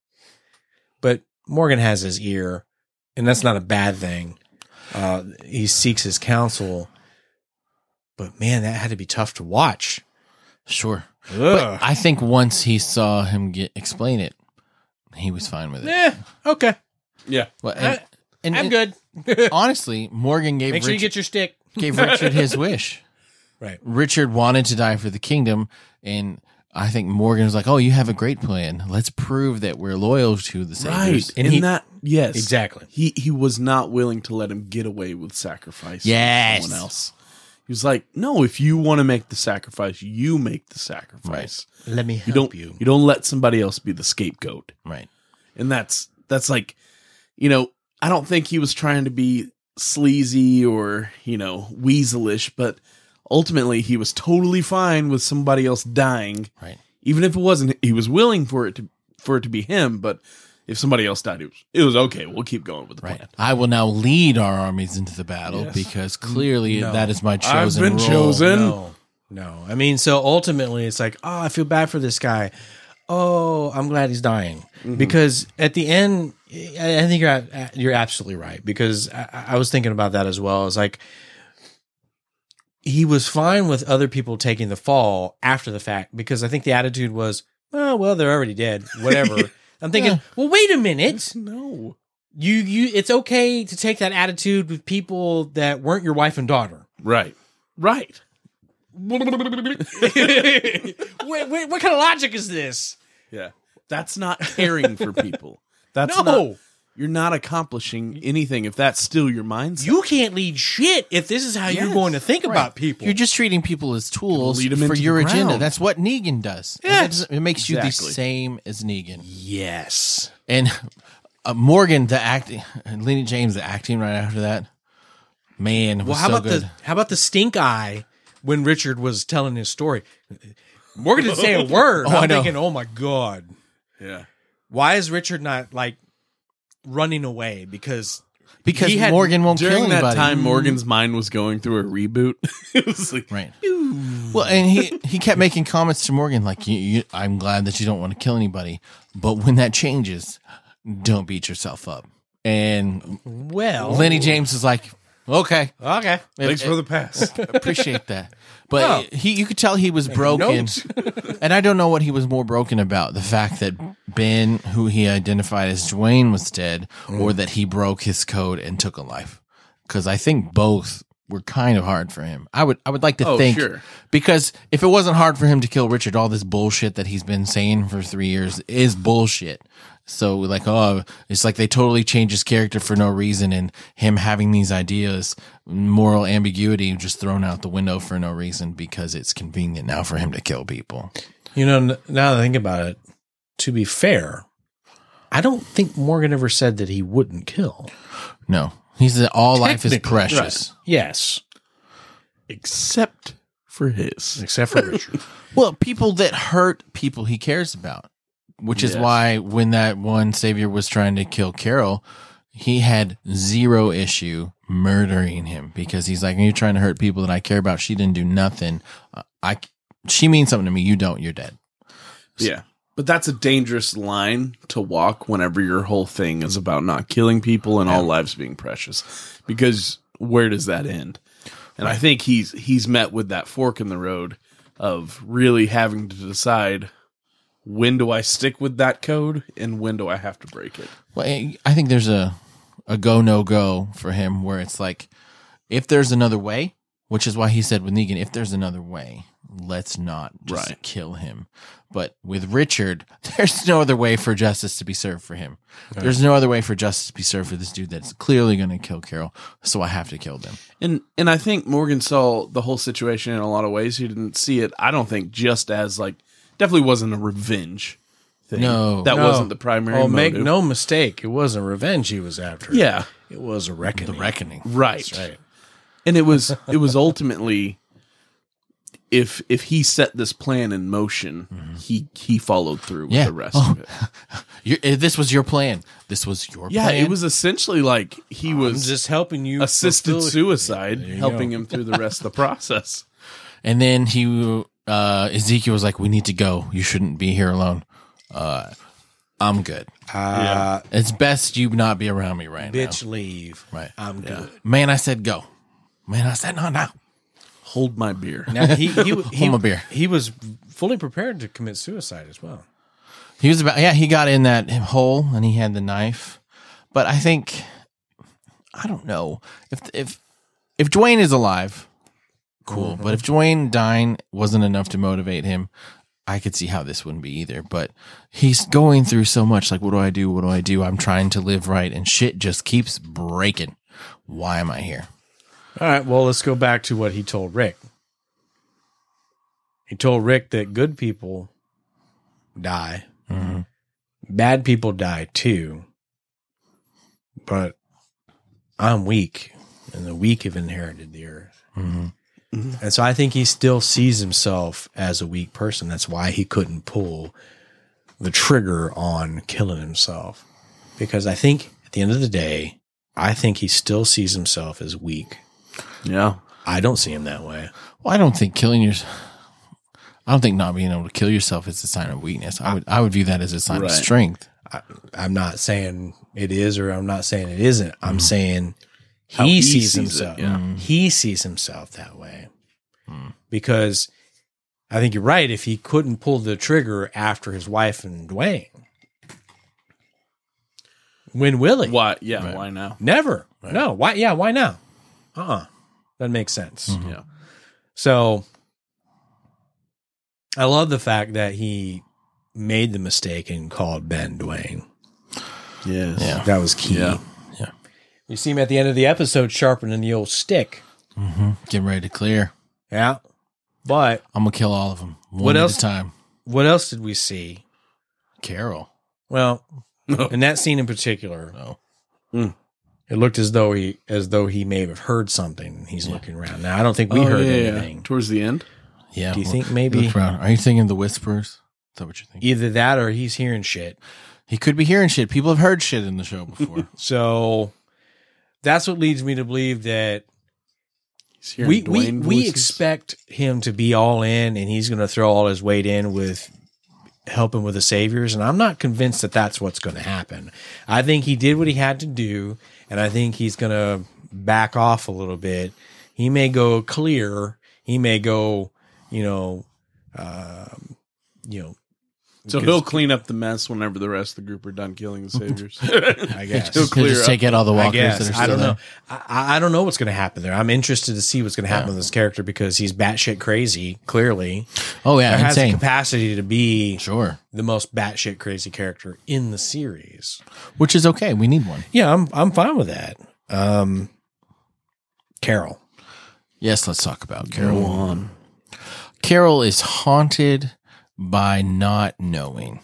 [SPEAKER 4] but Morgan has his ear, and that's not a bad thing. Uh, he seeks his counsel, but man, that had to be tough to watch.
[SPEAKER 2] Sure.
[SPEAKER 4] Ugh.
[SPEAKER 2] I think once he saw him get explain it, he was fine with it.
[SPEAKER 4] Eh, okay.
[SPEAKER 3] Yeah.
[SPEAKER 2] Well, and,
[SPEAKER 4] I-
[SPEAKER 2] and-
[SPEAKER 4] I'm
[SPEAKER 2] and
[SPEAKER 4] good.
[SPEAKER 2] Honestly, Morgan gave
[SPEAKER 4] Make sure you
[SPEAKER 2] Richard,
[SPEAKER 4] get your stick.
[SPEAKER 2] gave Richard his wish.
[SPEAKER 4] Right.
[SPEAKER 2] Richard wanted to die for the kingdom, and I think Morgan was like, "Oh, you have a great plan. Let's prove that we're loyal to the
[SPEAKER 3] Right.
[SPEAKER 2] saviors."
[SPEAKER 4] And
[SPEAKER 3] And
[SPEAKER 4] he-
[SPEAKER 3] that yes.
[SPEAKER 4] Exactly.
[SPEAKER 3] He he was not willing to let him get away with sacrifice. to
[SPEAKER 2] Yes.
[SPEAKER 3] Someone else. He was like, "No, if you want to make the sacrifice, you make the sacrifice.
[SPEAKER 4] Let me
[SPEAKER 3] You don't you. don't let somebody else be the scapegoat."
[SPEAKER 2] Right.
[SPEAKER 3] And that's that's like, you know, I don't think he was trying to be sleazy or, you know, weaselish, but ultimately he was totally fine with somebody else dying
[SPEAKER 2] Right.
[SPEAKER 3] even if it wasn't he was willing for it to for it to be him but if somebody else died it was, it was okay we'll keep going with the
[SPEAKER 2] Right.
[SPEAKER 3] plan
[SPEAKER 2] I will now lead our armies into the battle
[SPEAKER 3] Yes.
[SPEAKER 2] because clearly
[SPEAKER 4] No.
[SPEAKER 2] that is my chosen
[SPEAKER 3] been
[SPEAKER 2] role.
[SPEAKER 3] chosen.
[SPEAKER 4] No. No, I mean, so ultimately, it's like, oh, I feel bad for this guy. Oh, I'm glad he's dying because at the end, I I think you're a- you're absolutely right because I, I was thinking about that as well. It's like he was fine with other people taking the fall after the fact because I think the attitude was, oh, well, they're already dead, whatever. I'm thinking,
[SPEAKER 2] Yeah.
[SPEAKER 4] well, wait a minute.
[SPEAKER 3] No.
[SPEAKER 4] You you, it's okay to take that attitude with people that weren't your wife and daughter.
[SPEAKER 3] Right. Right.
[SPEAKER 4] what, what, what kind of logic is this?
[SPEAKER 3] Yeah. That's not caring for people. That's
[SPEAKER 4] No.
[SPEAKER 3] not- you're not accomplishing anything if that's still your mindset.
[SPEAKER 4] You can't lead shit if this is how you're
[SPEAKER 3] Yes,
[SPEAKER 4] going to think about people.
[SPEAKER 2] You're just treating people as tools
[SPEAKER 3] Lead 'em into
[SPEAKER 2] for
[SPEAKER 3] the
[SPEAKER 2] your agenda.
[SPEAKER 3] ground.
[SPEAKER 2] That's what Negan does. It
[SPEAKER 4] Yeah.
[SPEAKER 2] doesn't- It, makes you
[SPEAKER 3] Exactly.
[SPEAKER 2] the same as Negan.
[SPEAKER 4] yes.
[SPEAKER 2] And uh, Morgan, the acting, and Lenny James, the acting right after that. Man, was
[SPEAKER 4] Well, how
[SPEAKER 2] so
[SPEAKER 4] about
[SPEAKER 2] good.
[SPEAKER 4] the how about the stink eye when Richard was telling his story? Morgan didn't say a word.
[SPEAKER 2] Oh,
[SPEAKER 4] I'm
[SPEAKER 2] I know.
[SPEAKER 4] thinking, oh my god,
[SPEAKER 3] yeah.
[SPEAKER 4] why is Richard not like running away? Because
[SPEAKER 2] because
[SPEAKER 4] he had-
[SPEAKER 2] Morgan won't kill
[SPEAKER 3] During
[SPEAKER 2] anybody. Mm.
[SPEAKER 3] that time, Morgan's mind was going through a reboot. it was like,
[SPEAKER 2] Right. Well, and he he kept making comments to Morgan like, you, you, "I'm glad that you don't want to kill anybody, but when that changes, don't beat yourself up." And
[SPEAKER 4] well,
[SPEAKER 2] Lenny James is like, "Okay,
[SPEAKER 4] okay,
[SPEAKER 2] Thanks for the
[SPEAKER 4] pass.
[SPEAKER 2] appreciate that," but he you could tell he was broken,
[SPEAKER 4] notes.
[SPEAKER 2] and I don't know what he was more broken about: the fact that Ben, who he identified as Dwayne, was dead,
[SPEAKER 3] Mm.
[SPEAKER 2] or that he broke his code and took a life. Because I think both were kind of hard for him. I would I would like to
[SPEAKER 3] Oh,
[SPEAKER 2] think
[SPEAKER 3] sure.
[SPEAKER 2] because if it wasn't hard for him to kill Richard, all this bullshit that he's been saying for three years is bullshit. So like, oh, it's like they totally change his character for no reason, and him having these ideas, moral ambiguity, just thrown out the window for no reason because it's convenient now for him to kill people.
[SPEAKER 4] You know, n- now that I think about it, to be fair, I don't think Morgan ever said that he wouldn't kill.
[SPEAKER 2] No, he's the, all life is
[SPEAKER 4] Technically,
[SPEAKER 2] precious.
[SPEAKER 4] Yes,
[SPEAKER 3] except for his.
[SPEAKER 4] except for Richard.
[SPEAKER 2] Well, people that hurt people he cares about, which is
[SPEAKER 3] Yes.
[SPEAKER 2] why when that one savior was trying to kill Carol, he had zero issue murdering him because he's like, "You're trying to hurt people that I care about. She didn't do nothing. Uh, I, she means something to me. You don't. You're dead."
[SPEAKER 3] Yeah. But that's a dangerous line to walk whenever your whole thing is about not killing people and all lives being precious. Because where does that end? And I think he's he's met with that fork in the road of really having to decide when do I stick with that code and when do I have to break it?
[SPEAKER 2] Well, I I think there's a a go no go for him where it's like, if there's another way, which is why he said with Negan, if there's another way, let's not just
[SPEAKER 3] Right.
[SPEAKER 2] kill him. But with Richard, there's no other way for justice to be served for him. There's no other way for justice to be served for this dude that's clearly going to kill Carol. So I have to kill them.
[SPEAKER 3] And and I think Morgan saw the whole situation in a lot of ways. He didn't see it, I don't think, just as like definitely wasn't a revenge thing.
[SPEAKER 2] No.
[SPEAKER 3] That
[SPEAKER 4] No.
[SPEAKER 3] wasn't the primary.
[SPEAKER 4] Oh, make
[SPEAKER 3] motive.
[SPEAKER 4] no mistake, it wasn't revenge he was after.
[SPEAKER 3] Yeah.
[SPEAKER 4] it was a reckoning.
[SPEAKER 2] Reckoning.
[SPEAKER 3] Right.
[SPEAKER 4] right.
[SPEAKER 3] And it was it was ultimately if if he set this plan in motion, he he followed through with
[SPEAKER 2] Yeah.
[SPEAKER 3] the rest
[SPEAKER 2] Oh,
[SPEAKER 3] of it.
[SPEAKER 2] Your- eh, this was your plan. This was your
[SPEAKER 3] Yeah,
[SPEAKER 2] plan.
[SPEAKER 3] it was essentially like he
[SPEAKER 4] I'm
[SPEAKER 3] was
[SPEAKER 4] just helping you
[SPEAKER 3] assisted
[SPEAKER 4] fulfill-
[SPEAKER 3] suicide,
[SPEAKER 4] There you
[SPEAKER 3] helping
[SPEAKER 4] go.
[SPEAKER 3] him through the rest of the process.
[SPEAKER 2] And then he, uh, Ezekiel was like, "We need to go. You shouldn't be here alone. Uh, I'm good.
[SPEAKER 4] Uh,
[SPEAKER 2] It's best you not be around me right
[SPEAKER 4] Bitch, leave.
[SPEAKER 2] Right.
[SPEAKER 4] I'm good.
[SPEAKER 2] now." Man, I said go. Man, I said not now.
[SPEAKER 3] Hold my beer.
[SPEAKER 4] Now he he he,
[SPEAKER 2] Hold my beer.
[SPEAKER 4] he was fully prepared to commit suicide as well.
[SPEAKER 2] He was about yeah. He got in that hole and he had the knife, but I think I don't know if if if Dwayne is alive, cool. But if Dwayne dying wasn't enough to motivate him, I could see how this wouldn't be either. But he's going through so much. Like, what do I do? What do I do? I'm trying to live right, and shit just keeps breaking. Why am I here?
[SPEAKER 4] All right. Well, let's go back to what he told Rick. He told Rick that good people die, bad people die too. But I'm weak, and the weak have inherited the earth. And so I think he still sees himself as a weak person. That's why he couldn't pull the trigger on killing himself. Because I think at the end of the day, I think he still sees himself as weak
[SPEAKER 3] Yeah.
[SPEAKER 4] I don't see him that way.
[SPEAKER 2] Well, I don't think killing yourself. I don't think not being able to kill yourself is a sign of weakness. I would I would view that as a sign
[SPEAKER 3] Right.
[SPEAKER 2] of strength.
[SPEAKER 4] I'm not saying it is or I'm not saying it isn't. I'm saying he,
[SPEAKER 3] Mm-hmm. How he
[SPEAKER 4] sees,
[SPEAKER 3] sees it,
[SPEAKER 4] himself. Mm-hmm.
[SPEAKER 3] yeah.
[SPEAKER 4] He sees himself that way.
[SPEAKER 2] Mm.
[SPEAKER 4] Because I think you're right. If he couldn't pull the trigger after his wife and Dwayne, when will he?
[SPEAKER 3] Why? Yeah.
[SPEAKER 2] Right.
[SPEAKER 3] Why now?
[SPEAKER 4] Never. No. Why? Yeah. Why now? Uh uh That makes sense.
[SPEAKER 3] Yeah.
[SPEAKER 4] So I love the fact that he made the mistake and called Ben Dwayne.
[SPEAKER 3] Yes.
[SPEAKER 2] Yeah.
[SPEAKER 4] That was key.
[SPEAKER 3] Yeah.
[SPEAKER 2] Yeah.
[SPEAKER 4] You see him at the end of the episode sharpening the old stick.
[SPEAKER 2] Mm-hmm. Getting ready to clear.
[SPEAKER 4] Yeah. But
[SPEAKER 2] I'm gonna kill all of them one
[SPEAKER 4] What
[SPEAKER 2] at
[SPEAKER 4] else?
[SPEAKER 2] a time.
[SPEAKER 4] what else did we see?
[SPEAKER 2] Carol. Oh,
[SPEAKER 4] Well, in that scene in particular,
[SPEAKER 2] No.
[SPEAKER 3] Mm.
[SPEAKER 4] it looked as though he as though he may have heard something. He's looking around. Now I don't think we
[SPEAKER 3] Oh,
[SPEAKER 4] heard
[SPEAKER 3] yeah, yeah.
[SPEAKER 4] anything.
[SPEAKER 3] towards the end.
[SPEAKER 2] Yeah.
[SPEAKER 4] Do you
[SPEAKER 2] well,
[SPEAKER 4] think
[SPEAKER 2] he
[SPEAKER 4] maybe
[SPEAKER 2] looked around. Are you thinking the whispers? Is that what you're thinking?
[SPEAKER 4] either that or he's hearing shit?
[SPEAKER 2] He could be hearing shit. People have heard shit in the show before.
[SPEAKER 4] So that's what leads me to believe that
[SPEAKER 3] He's hearing
[SPEAKER 4] we we,
[SPEAKER 3] Dwayne
[SPEAKER 4] we
[SPEAKER 3] voices.
[SPEAKER 4] expect him to be all in and he's going to throw all his weight in with helping with the saviors and i'm not convinced that that's what's going to happen i think he did what he had to do and i think he's going to back off a little bit he may go clear he may go you know um, you know
[SPEAKER 3] So he'll clean up the mess whenever the rest of the group are done killing the saviors.
[SPEAKER 4] i guess
[SPEAKER 3] He'll
[SPEAKER 2] He'll
[SPEAKER 3] clear
[SPEAKER 2] just
[SPEAKER 3] up.
[SPEAKER 2] take out all the
[SPEAKER 4] I
[SPEAKER 2] walkers that are
[SPEAKER 4] guess
[SPEAKER 2] still
[SPEAKER 4] I don't
[SPEAKER 2] there.
[SPEAKER 4] know. I- I, I don't know what's going to happen there. I'm interested to see what's going to happen with this character because he's batshit crazy. Clearly,
[SPEAKER 2] Oh
[SPEAKER 4] there
[SPEAKER 2] yeah,
[SPEAKER 4] has the
[SPEAKER 2] insane.
[SPEAKER 4] capacity to be
[SPEAKER 2] Sure.
[SPEAKER 4] the most batshit crazy character in the series.
[SPEAKER 2] Which is okay. We need one.
[SPEAKER 4] Yeah, I'm I'm fine with that. Um, Carol.
[SPEAKER 2] Yes, let's talk about
[SPEAKER 3] Go
[SPEAKER 2] Carol.
[SPEAKER 3] on.
[SPEAKER 2] Carol is haunted by not knowing.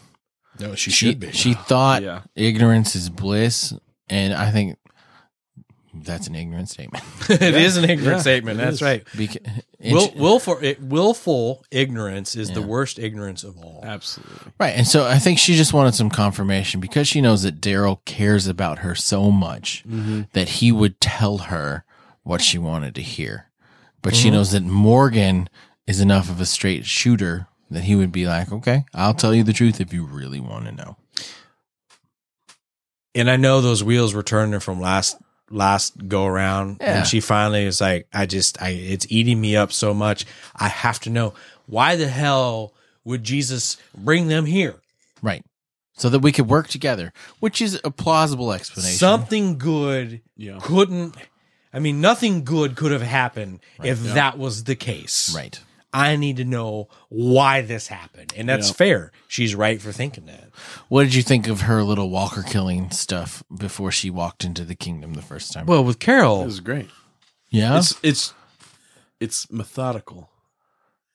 [SPEAKER 4] No, she
[SPEAKER 2] She thought
[SPEAKER 3] Yeah.
[SPEAKER 2] ignorance is bliss, and I think that's an ignorant statement.
[SPEAKER 4] It is an ignorant
[SPEAKER 3] Yeah,
[SPEAKER 4] statement.
[SPEAKER 3] it
[SPEAKER 4] That's
[SPEAKER 3] is.
[SPEAKER 4] right.
[SPEAKER 2] Because and
[SPEAKER 4] Will,
[SPEAKER 2] she-
[SPEAKER 4] willful, it, willful ignorance is the
[SPEAKER 2] Yeah.
[SPEAKER 4] worst ignorance of all.
[SPEAKER 3] Absolutely.
[SPEAKER 2] right, and so I think she just wanted some confirmation because she knows that Daryl cares about her so much that he would tell her what she wanted to hear. But she knows that Morgan is enough of a straight shooter that he would be like, "Okay, I'll tell you the truth if you really want to know."
[SPEAKER 4] and I know those wheels were turning from last last go around,
[SPEAKER 2] Yeah.
[SPEAKER 4] and she finally is like, "I just, I, it's eating me up so much. I have to know why the hell would Jesus bring them here?
[SPEAKER 2] Right. So that we could work together, which is a plausible explanation.
[SPEAKER 4] Something good
[SPEAKER 3] Yeah.
[SPEAKER 4] couldn't. I mean, nothing good could have happened if
[SPEAKER 3] Yeah.
[SPEAKER 4] that was the case.
[SPEAKER 2] right.
[SPEAKER 4] I need to know why this happened, and that's
[SPEAKER 3] Yeah.
[SPEAKER 4] fair. She's right for thinking that.
[SPEAKER 2] What did you think of her little walker killing stuff before she walked into the kingdom the first time?
[SPEAKER 4] Well, with
[SPEAKER 3] This
[SPEAKER 4] Carol,
[SPEAKER 3] is great.
[SPEAKER 2] yeah.
[SPEAKER 3] It's it's it's methodical.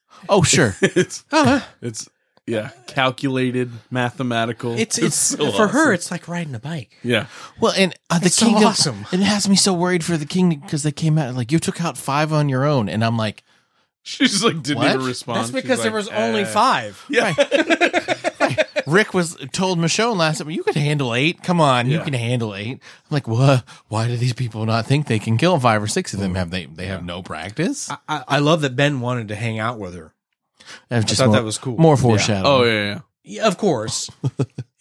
[SPEAKER 2] Oh, sure.
[SPEAKER 3] It's
[SPEAKER 4] oh,
[SPEAKER 3] it's yeah, calculated, mathematical.
[SPEAKER 4] it's it's,
[SPEAKER 3] so
[SPEAKER 4] for
[SPEAKER 3] awesome.
[SPEAKER 4] her. It's like riding a bike.
[SPEAKER 3] yeah.
[SPEAKER 2] well, and uh, the
[SPEAKER 4] It's so
[SPEAKER 2] kingdom.
[SPEAKER 4] awesome.
[SPEAKER 2] It has me so worried for the kingdom because they came out like you took out five on your own, and I'm like,
[SPEAKER 3] She's like didn't
[SPEAKER 2] What?
[SPEAKER 3] even respond.
[SPEAKER 4] That's
[SPEAKER 3] She's
[SPEAKER 4] because there
[SPEAKER 3] like,
[SPEAKER 4] was only
[SPEAKER 3] eh.
[SPEAKER 4] five.
[SPEAKER 3] Yeah.
[SPEAKER 2] Rick was told Michonne last time, you can handle eight. Come on, you
[SPEAKER 3] Yeah.
[SPEAKER 2] can handle eight. I'm like, what? Why do these people not think they can kill five or six of them? Have they? They have no practice.
[SPEAKER 4] I- I, I love that Ben wanted to hang out with her.
[SPEAKER 2] I,
[SPEAKER 4] thought that was cool.
[SPEAKER 2] More foreshadowing.
[SPEAKER 3] Oh yeah, yeah.
[SPEAKER 4] Yeah, of course. I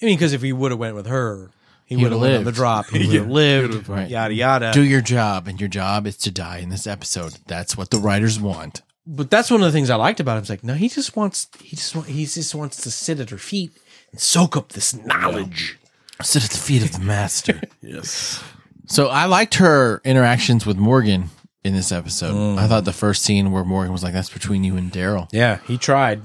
[SPEAKER 4] mean, because if he would have went with her, he,
[SPEAKER 2] He
[SPEAKER 4] would
[SPEAKER 2] would've
[SPEAKER 4] have lived on the
[SPEAKER 2] lived.
[SPEAKER 4] drop. He would have lived.
[SPEAKER 2] Right.
[SPEAKER 4] Yada yada.
[SPEAKER 2] do your job, and your job is to die in this episode. That's what the writers want.
[SPEAKER 4] but that's one of the things I liked about him. It's like, no, he just wants. He just want, he just wants to sit at her feet and soak up this knowledge.
[SPEAKER 2] Sit at the feet of the master.
[SPEAKER 3] Yes.
[SPEAKER 2] so I liked her interactions with Morgan in this episode.
[SPEAKER 4] Mm.
[SPEAKER 2] I thought the first scene where Morgan was like, "That's between you and Daryl."
[SPEAKER 4] Yeah, he tried,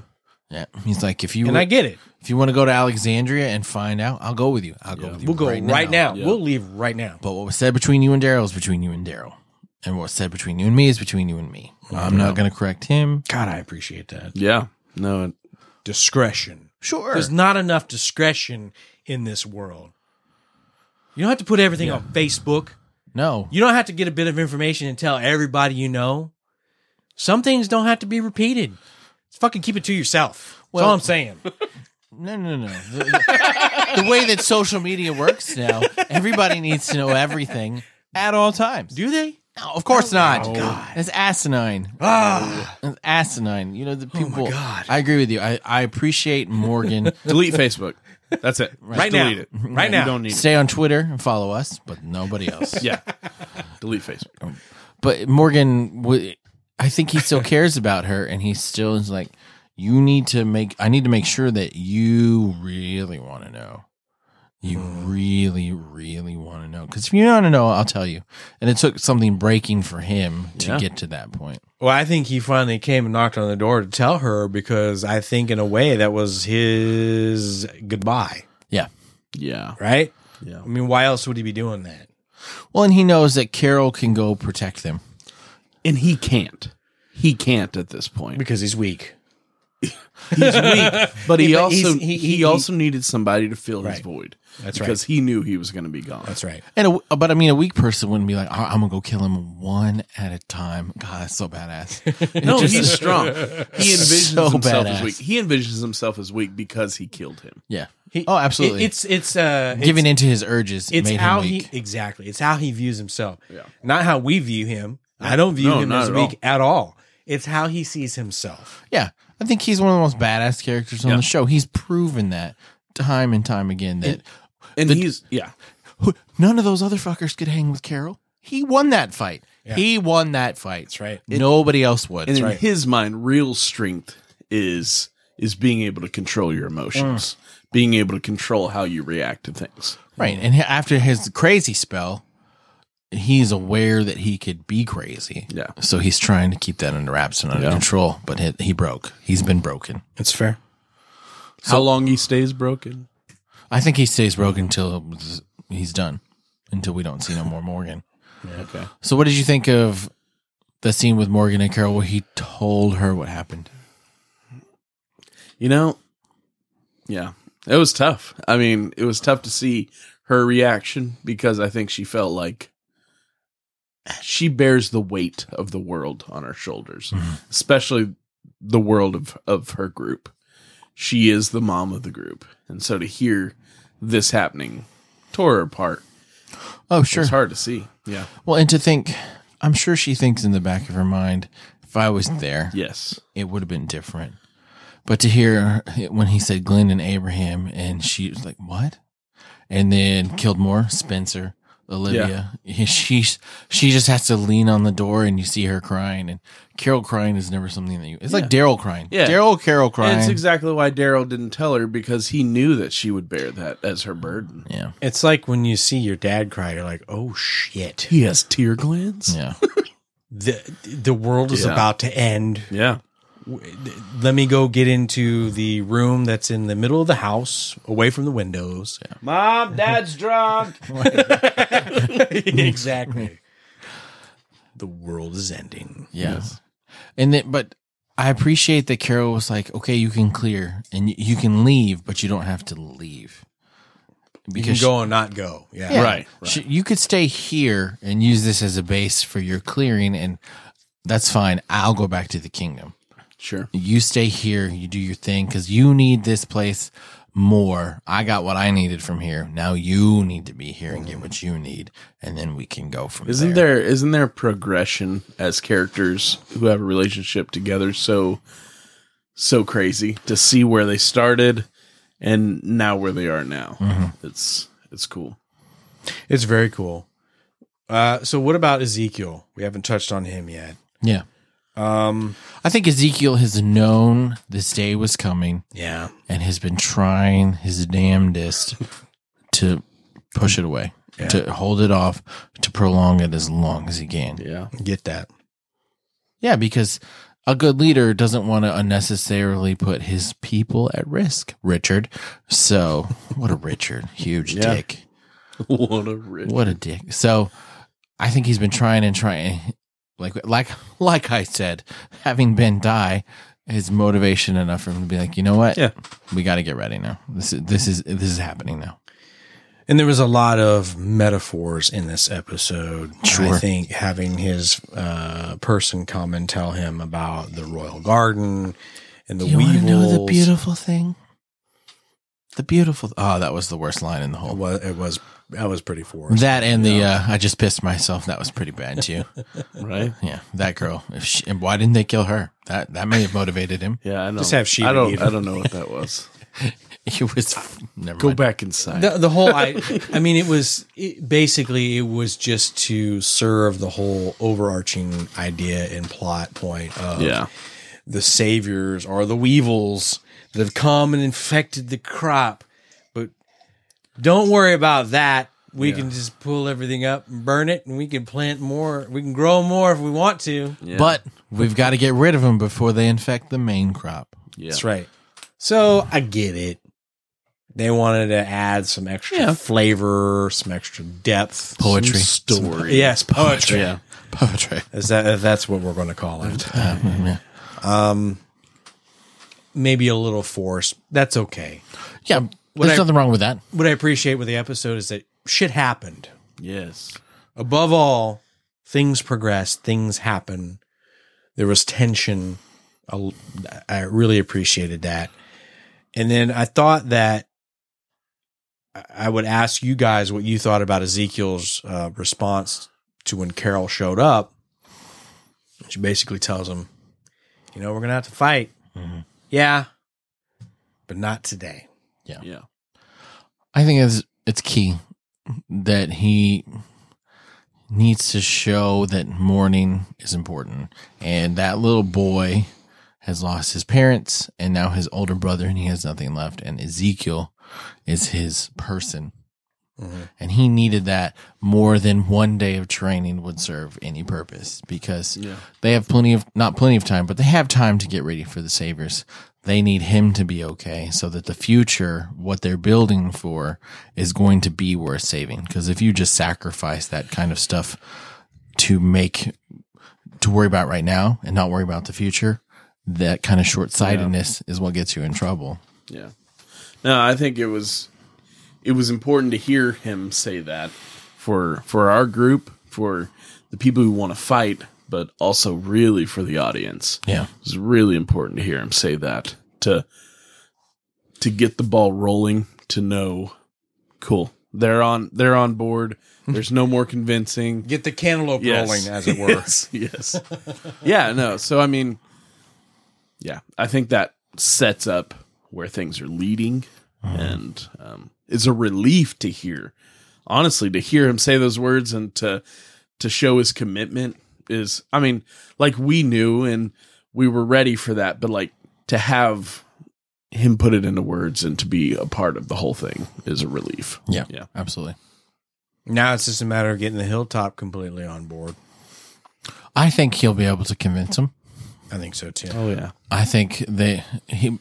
[SPEAKER 2] Yeah, he's like, "If you
[SPEAKER 4] and I get it.
[SPEAKER 2] if you want to go to Alexandria and find out, I'll go with you. I'll go with you.
[SPEAKER 4] We'll go right, now.
[SPEAKER 3] Yeah.
[SPEAKER 4] We'll leave right now.
[SPEAKER 2] But what was said between you and Daryl is between you and Daryl, and what was said between you and me is between you and me. I'm not going to correct him.
[SPEAKER 4] God, I appreciate that
[SPEAKER 3] Yeah. No. It,
[SPEAKER 4] discretion.
[SPEAKER 2] Sure,
[SPEAKER 4] There's not enough discretion in this world. You don't have to put everything on Facebook.
[SPEAKER 2] no,
[SPEAKER 4] You don't have to get a bit of information and tell everybody you know. Some things don't have to be repeated. Fucking keep it to yourself. That's all
[SPEAKER 2] Well-
[SPEAKER 4] I'm saying.
[SPEAKER 2] No, no, no. The, the- the way that social media works now, everybody needs to know everything at all times.
[SPEAKER 4] Do Oh. they?
[SPEAKER 2] No, of course not. God. It's asinine.
[SPEAKER 1] Ah.
[SPEAKER 2] It's asinine. You know, the people.
[SPEAKER 4] Oh. God.
[SPEAKER 2] I agree with you. I, I appreciate Morgan.
[SPEAKER 3] Delete Facebook. That's it. Just
[SPEAKER 1] Right now.
[SPEAKER 3] delete it.
[SPEAKER 1] Right
[SPEAKER 3] You
[SPEAKER 1] now.
[SPEAKER 3] don't need it.
[SPEAKER 2] Stay on Twitter and follow us, but nobody else.
[SPEAKER 3] Yeah. Oh, delete Facebook.
[SPEAKER 2] But Morgan, w- I think he still cares about her, and he still is like, you need to make. I need to make sure that you really want to know. You
[SPEAKER 4] Mm-hmm.
[SPEAKER 2] really, really want to know. Because if you want to know, I'll tell you. And it took something breaking for him to
[SPEAKER 3] Yeah.
[SPEAKER 2] get to that point.
[SPEAKER 4] Well, I think he finally came and knocked on the door to tell her because I think, in a way, that was his goodbye,
[SPEAKER 2] Yeah.
[SPEAKER 3] Yeah.
[SPEAKER 4] right?
[SPEAKER 3] Yeah.
[SPEAKER 4] I mean, why else would he be doing that?
[SPEAKER 2] Well, and he knows that Carol can go protect them.
[SPEAKER 3] And he can't. He can't at this point.
[SPEAKER 4] Because he's weak.
[SPEAKER 3] He's weak, but he
[SPEAKER 4] Yeah, but
[SPEAKER 3] also
[SPEAKER 4] he's- he-
[SPEAKER 3] he,
[SPEAKER 4] he-
[SPEAKER 3] also needed somebody to fill his
[SPEAKER 4] Right.
[SPEAKER 3] void.
[SPEAKER 4] That's
[SPEAKER 3] because he knew he was going to be gone.
[SPEAKER 4] That's right.
[SPEAKER 2] And a, uh, but I mean, a weak person wouldn't be like, "I- I'm gonna go kill him one at a time. God, that's so badass.
[SPEAKER 3] No,
[SPEAKER 2] It just-
[SPEAKER 3] he's strong. He envisions
[SPEAKER 2] So
[SPEAKER 3] himself
[SPEAKER 2] badass.
[SPEAKER 3] as weak. He envisions himself as weak because he killed him.
[SPEAKER 2] yeah.
[SPEAKER 4] He-
[SPEAKER 2] oh, absolutely.
[SPEAKER 4] It- it's it's uh it's-
[SPEAKER 2] giving into his urges.
[SPEAKER 4] It's
[SPEAKER 2] made
[SPEAKER 4] how
[SPEAKER 2] him weak.
[SPEAKER 4] he exactly. It's how he views himself.
[SPEAKER 3] Yeah.
[SPEAKER 4] Not how we view him. I don't view
[SPEAKER 3] No,
[SPEAKER 4] him
[SPEAKER 3] not
[SPEAKER 4] as
[SPEAKER 3] at
[SPEAKER 4] weak at all. It's how he sees himself.
[SPEAKER 2] Yeah, I think he's one of the most badass characters on
[SPEAKER 3] Yeah.
[SPEAKER 2] the show. He's proven that time and time again that
[SPEAKER 3] And he's yeah.
[SPEAKER 2] who- none of those other fuckers could hang with Carol. He won that fight. He won that fight. That's
[SPEAKER 4] right.
[SPEAKER 2] Nobody else would.
[SPEAKER 3] And in his mind, real strength is is being able to control your emotions, being able to control how you react to things.
[SPEAKER 2] Right. And after his crazy spell, he's aware that he could be crazy.
[SPEAKER 3] Yeah.
[SPEAKER 2] So he's trying to keep that under wraps and under
[SPEAKER 3] Yeah.
[SPEAKER 2] control, but he, he broke. He's been broken.
[SPEAKER 4] That's fair.
[SPEAKER 3] How long he stays broken?
[SPEAKER 2] I think he stays broken until he's done, until we don't see no more Morgan.
[SPEAKER 3] Okay.
[SPEAKER 2] So, what did you think of the scene with Morgan and Carol where he told her what happened?
[SPEAKER 3] You know, yeah, it was tough. I mean, it was tough to see her reaction because I think she felt like she bears the weight of the world on her shoulders,
[SPEAKER 2] Mm-hmm.
[SPEAKER 3] especially the world of, of her group. She is the mom of the group. And so to hear this happening tore her apart.
[SPEAKER 2] Oh,
[SPEAKER 3] It
[SPEAKER 2] sure.
[SPEAKER 3] was hard to see. Yeah.
[SPEAKER 2] Well, and to think, I'm sure she thinks in the back of her mind, if I was there,
[SPEAKER 3] Yes.
[SPEAKER 2] it would have been different. But to hear when he said Glenn and Abraham, and she was like, "What?" And then killed more Spencer, Olivia. She she just has to lean on the door, and you see her crying. And Carol crying is never something that you. It's like Daryl crying.
[SPEAKER 3] Yeah.
[SPEAKER 2] Daryl Carol
[SPEAKER 3] And
[SPEAKER 2] crying.
[SPEAKER 3] it's exactly why Daryl didn't tell her because he knew that she would bear that as her burden.
[SPEAKER 2] yeah,
[SPEAKER 4] It's like when you see your dad cry, you're like, "Oh shit,
[SPEAKER 3] He has tear glands.
[SPEAKER 2] yeah.
[SPEAKER 4] the the world is
[SPEAKER 3] Yeah.
[SPEAKER 4] about to end."
[SPEAKER 3] Yeah.
[SPEAKER 4] Let me go get into the room that's in the middle of the house, away from the windows.
[SPEAKER 1] Mom, dad's drunk.
[SPEAKER 4] exactly. The world is ending.
[SPEAKER 2] Yeah. And then, but I appreciate that Carol was like, okay, you can clear and you, you can leave, but you don't have to leave.
[SPEAKER 4] You can
[SPEAKER 2] Because
[SPEAKER 4] go and not go. Yeah.
[SPEAKER 2] yeah,
[SPEAKER 3] Right, right.
[SPEAKER 2] she- you could stay here and use this as a base for your clearing, and that's fine. I'll go back to the kingdom.
[SPEAKER 3] Sure.
[SPEAKER 2] You stay here, you do your thing because you need this place more. I got what I needed from here. Now you need to be here and get what you need, and then we can go from
[SPEAKER 3] Isn't there isn't there progression as characters who have a relationship together so so crazy to see where they started and now where they are now. It's it's cool.
[SPEAKER 4] It's very cool. Uh, so, what about Ezekiel? We haven't touched on him yet.
[SPEAKER 2] Yeah.
[SPEAKER 4] Um,
[SPEAKER 2] I think Ezekiel has known this day was coming
[SPEAKER 4] yeah,
[SPEAKER 2] and has been trying his damnedest to push it away, to hold it off, to prolong it as long as he can. Yeah,
[SPEAKER 3] Yeah.
[SPEAKER 4] get that.
[SPEAKER 2] because a good leader doesn't want to unnecessarily put his people at risk, Richard. So, what a Richard. Huge
[SPEAKER 3] Yeah.
[SPEAKER 2] dick.
[SPEAKER 3] what a rich
[SPEAKER 2] What a dick. So, I think he's been trying and trying. Like, like, like I said, having Ben die is motivation enough for him to be like, you know what?
[SPEAKER 3] Yeah.
[SPEAKER 2] we got to get ready now. This is this is this is happening now.
[SPEAKER 4] And there was a lot of metaphors in this episode.
[SPEAKER 2] Sure.
[SPEAKER 4] I think having his uh, person come and tell him about the royal garden and the
[SPEAKER 2] You want to
[SPEAKER 4] weevils.
[SPEAKER 2] know the beautiful thing? The beautiful. Oh, that was the worst line in the
[SPEAKER 4] It
[SPEAKER 2] whole.
[SPEAKER 4] was, it was that was pretty forced.
[SPEAKER 2] That and the uh, I just pissed myself. That was pretty bad too.
[SPEAKER 3] right?
[SPEAKER 2] yeah, that girl. If she, and why didn't they kill her? That that may have motivated him.
[SPEAKER 3] Yeah, I know.
[SPEAKER 4] Just have Shiva
[SPEAKER 3] I don't.
[SPEAKER 4] eat
[SPEAKER 3] I don't know what that was.
[SPEAKER 2] It was never
[SPEAKER 3] Go
[SPEAKER 2] mind.
[SPEAKER 3] back inside.
[SPEAKER 1] The, the whole, I, I mean, it was it, basically it was just to serve the whole overarching idea and plot point of
[SPEAKER 3] yeah,
[SPEAKER 1] the saviors are the weevils that have come and infected the crop. But don't worry about that. We can just pull everything up and burn it, and we can plant more. We can grow more if we want to.
[SPEAKER 3] yeah,
[SPEAKER 2] But we've got to get rid of them before they infect the main crop.
[SPEAKER 3] yeah.
[SPEAKER 4] That's right.
[SPEAKER 1] So I get it. They wanted to add some extra flavor, some extra depth,
[SPEAKER 2] Poetry.
[SPEAKER 1] some story. yes, poetry.
[SPEAKER 3] Yeah,
[SPEAKER 2] Poetry.
[SPEAKER 1] Is that if that's what we're going to call it? Um,
[SPEAKER 2] yeah.
[SPEAKER 1] Maybe a little forced. That's okay.
[SPEAKER 2] Yeah,
[SPEAKER 1] What
[SPEAKER 2] there's
[SPEAKER 1] I-
[SPEAKER 2] nothing wrong with that.
[SPEAKER 1] What I appreciate with the episode is that shit happened.
[SPEAKER 3] yes,
[SPEAKER 1] above all, things progressed, things happen. There was tension. I I really appreciated that. And then I thought that I- I would ask you guys what you thought about Ezekiel's uh, response to when Carol showed up. She basically tells him, you know, we're going to have to fight.
[SPEAKER 2] Mhm.
[SPEAKER 1] Yeah, but not today.
[SPEAKER 3] yeah,
[SPEAKER 2] I think it's it's key that he needs to show that mourning is important, and that little boy has lost his parents and now his older brother, and he has nothing left, and Ezekiel is his person.
[SPEAKER 4] Mhm.
[SPEAKER 2] And he needed that more than one day of training would serve any purpose because
[SPEAKER 3] yeah.
[SPEAKER 2] they have plenty of not plenty of time, but they have time to get ready for the saviors. They need him to be okay so that the future, what they're building for, is going to be worth saving. Because if you just sacrifice that kind of stuff to make to worry about right now and not worry about the future, that kind of short sightedness is what gets you in trouble.
[SPEAKER 3] Yeah. No, I think it was it was important to hear him say that for for our group, for the people who want to fight, but also really for the audience.
[SPEAKER 2] Yeah.
[SPEAKER 3] It was really important to hear him say that to to get the ball rolling, to know cool. They're on they're on board. There's no more convincing
[SPEAKER 1] Get the cantaloupe rolling, as it were.
[SPEAKER 3] yes, yes. yeah, no. So I mean, yeah, I think that sets up where things are leading, and um, it's a relief to hear, honestly, to hear him say those words and to to show his commitment is. I mean, like we knew and we were ready for that, but like to have him put it into words and to be a part of the whole thing is a relief.
[SPEAKER 2] Yeah.
[SPEAKER 3] Yeah.
[SPEAKER 2] Absolutely.
[SPEAKER 4] Now it's just a matter of getting the hilltop completely on board.
[SPEAKER 2] I think he'll be able to convince him.
[SPEAKER 4] I think so too.
[SPEAKER 3] Oh yeah,
[SPEAKER 2] I think they he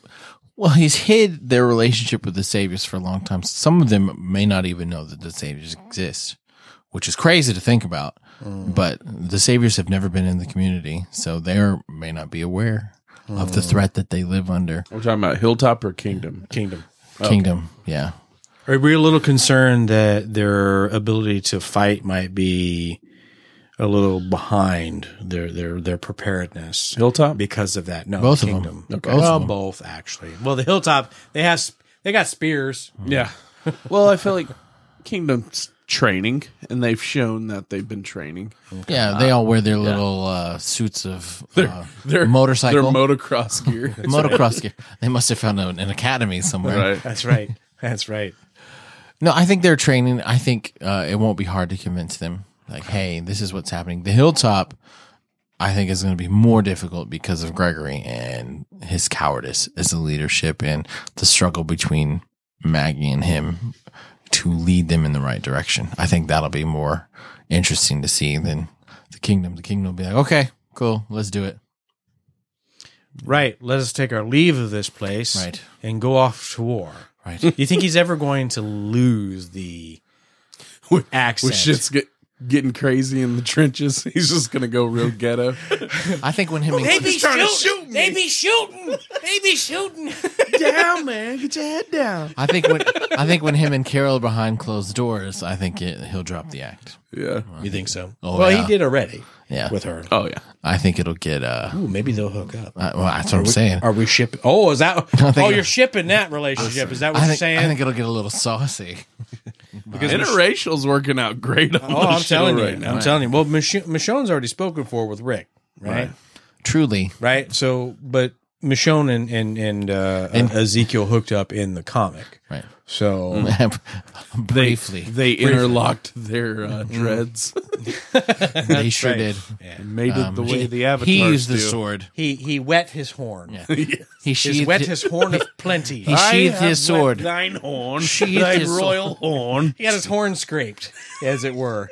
[SPEAKER 2] well he's hid their relationship with the saviors for a long time. Some of them may not even know that the saviors exist, which is crazy to think about. But the saviors have never been in the community, so they are- may not be aware of the threat that they live under.
[SPEAKER 3] we're talking about hilltop or kingdom.
[SPEAKER 4] Kingdom.
[SPEAKER 2] Kingdom, yeah.
[SPEAKER 4] Are we a little concerned that their ability to fight might be a little behind their their their preparedness
[SPEAKER 3] Hilltop.
[SPEAKER 4] because of that? No,
[SPEAKER 2] Both of them.
[SPEAKER 4] kingdom.
[SPEAKER 2] Okay.
[SPEAKER 4] Well,
[SPEAKER 2] Both
[SPEAKER 4] both,
[SPEAKER 2] of them.
[SPEAKER 4] actually. Well, the hilltop they have sp- they got spears.
[SPEAKER 3] Yeah. Well, I feel like Kingdom's training, and they've shown that they've been training.
[SPEAKER 2] Yeah, they all wear their little uh, suits of uh,
[SPEAKER 3] Their
[SPEAKER 2] motorcycle
[SPEAKER 3] motocross gear.
[SPEAKER 2] motocross gear. They must have found an, an academy somewhere.
[SPEAKER 3] right.
[SPEAKER 4] That's right. That's right.
[SPEAKER 2] No, I think they're training. I think uh, it won't be hard to convince them. Like, hey, this is what's happening. The hilltop, I think, is going to be more difficult because of Gregory and his cowardice as a leadership and the struggle between Maggie and him to lead them in the right direction. I think that'll be more interesting to see than the kingdom. The kingdom will be like, okay, cool, let's do it.
[SPEAKER 4] Right. Let us take our leave of this place
[SPEAKER 2] Right.
[SPEAKER 4] and go off to war.
[SPEAKER 2] Right.
[SPEAKER 4] Do you think he's ever going to lose the
[SPEAKER 3] Which-
[SPEAKER 4] accent?
[SPEAKER 3] Which shit's get getting crazy in the trenches. He's just gonna go real ghetto.
[SPEAKER 2] I think when him and
[SPEAKER 5] They be
[SPEAKER 3] He's trying to
[SPEAKER 5] shooting.
[SPEAKER 3] shoot me.
[SPEAKER 5] They be shooting. They be shooting.
[SPEAKER 3] down, man. Get your head down.
[SPEAKER 2] I think when I think when him and Carol are behind closed doors, I think it, he'll drop the act.
[SPEAKER 3] Yeah.
[SPEAKER 4] You think so?
[SPEAKER 2] Oh,
[SPEAKER 4] well,
[SPEAKER 2] yeah.
[SPEAKER 4] he did already
[SPEAKER 2] Yeah,
[SPEAKER 4] with her. Uh,
[SPEAKER 3] Oh yeah.
[SPEAKER 2] I think it'll get. Uh,
[SPEAKER 4] Ooh, maybe they'll hook up.
[SPEAKER 2] I, well, that's what I'm saying.
[SPEAKER 4] Are we shipping? Oh, is that?
[SPEAKER 2] think-
[SPEAKER 4] Oh, you're shipping that relationship. Is that what
[SPEAKER 2] I
[SPEAKER 4] you're
[SPEAKER 2] think,
[SPEAKER 4] saying?
[SPEAKER 2] I think it'll get a little saucy.
[SPEAKER 4] because Mich-
[SPEAKER 3] Interracial's working out great on
[SPEAKER 4] oh,
[SPEAKER 3] the
[SPEAKER 4] I'm
[SPEAKER 3] show
[SPEAKER 4] telling
[SPEAKER 3] right
[SPEAKER 4] you,
[SPEAKER 3] now.
[SPEAKER 4] I'm telling you. Well, Mich- Michonne's already spoken for with Rick, right? Right.
[SPEAKER 2] Truly,
[SPEAKER 4] So, but Michonne and and and, uh, Ezekiel hooked up in the comic.
[SPEAKER 2] right?
[SPEAKER 4] So
[SPEAKER 2] Briefly,
[SPEAKER 3] They interlocked their uh, dreads. Um,
[SPEAKER 2] they sure
[SPEAKER 4] right.
[SPEAKER 2] did.
[SPEAKER 3] Made it the way
[SPEAKER 2] he,
[SPEAKER 3] the avatars
[SPEAKER 2] he used the
[SPEAKER 3] do.
[SPEAKER 2] sword.
[SPEAKER 4] he he wet his horn.
[SPEAKER 2] He
[SPEAKER 4] He
[SPEAKER 2] sheathed
[SPEAKER 4] wet
[SPEAKER 2] hi-
[SPEAKER 4] his horn of plenty.
[SPEAKER 2] He sheathed his sword.
[SPEAKER 3] Thine horn,
[SPEAKER 2] Sheathed
[SPEAKER 3] thy
[SPEAKER 2] his
[SPEAKER 3] royal horn.
[SPEAKER 4] He had his horn scraped, as it were.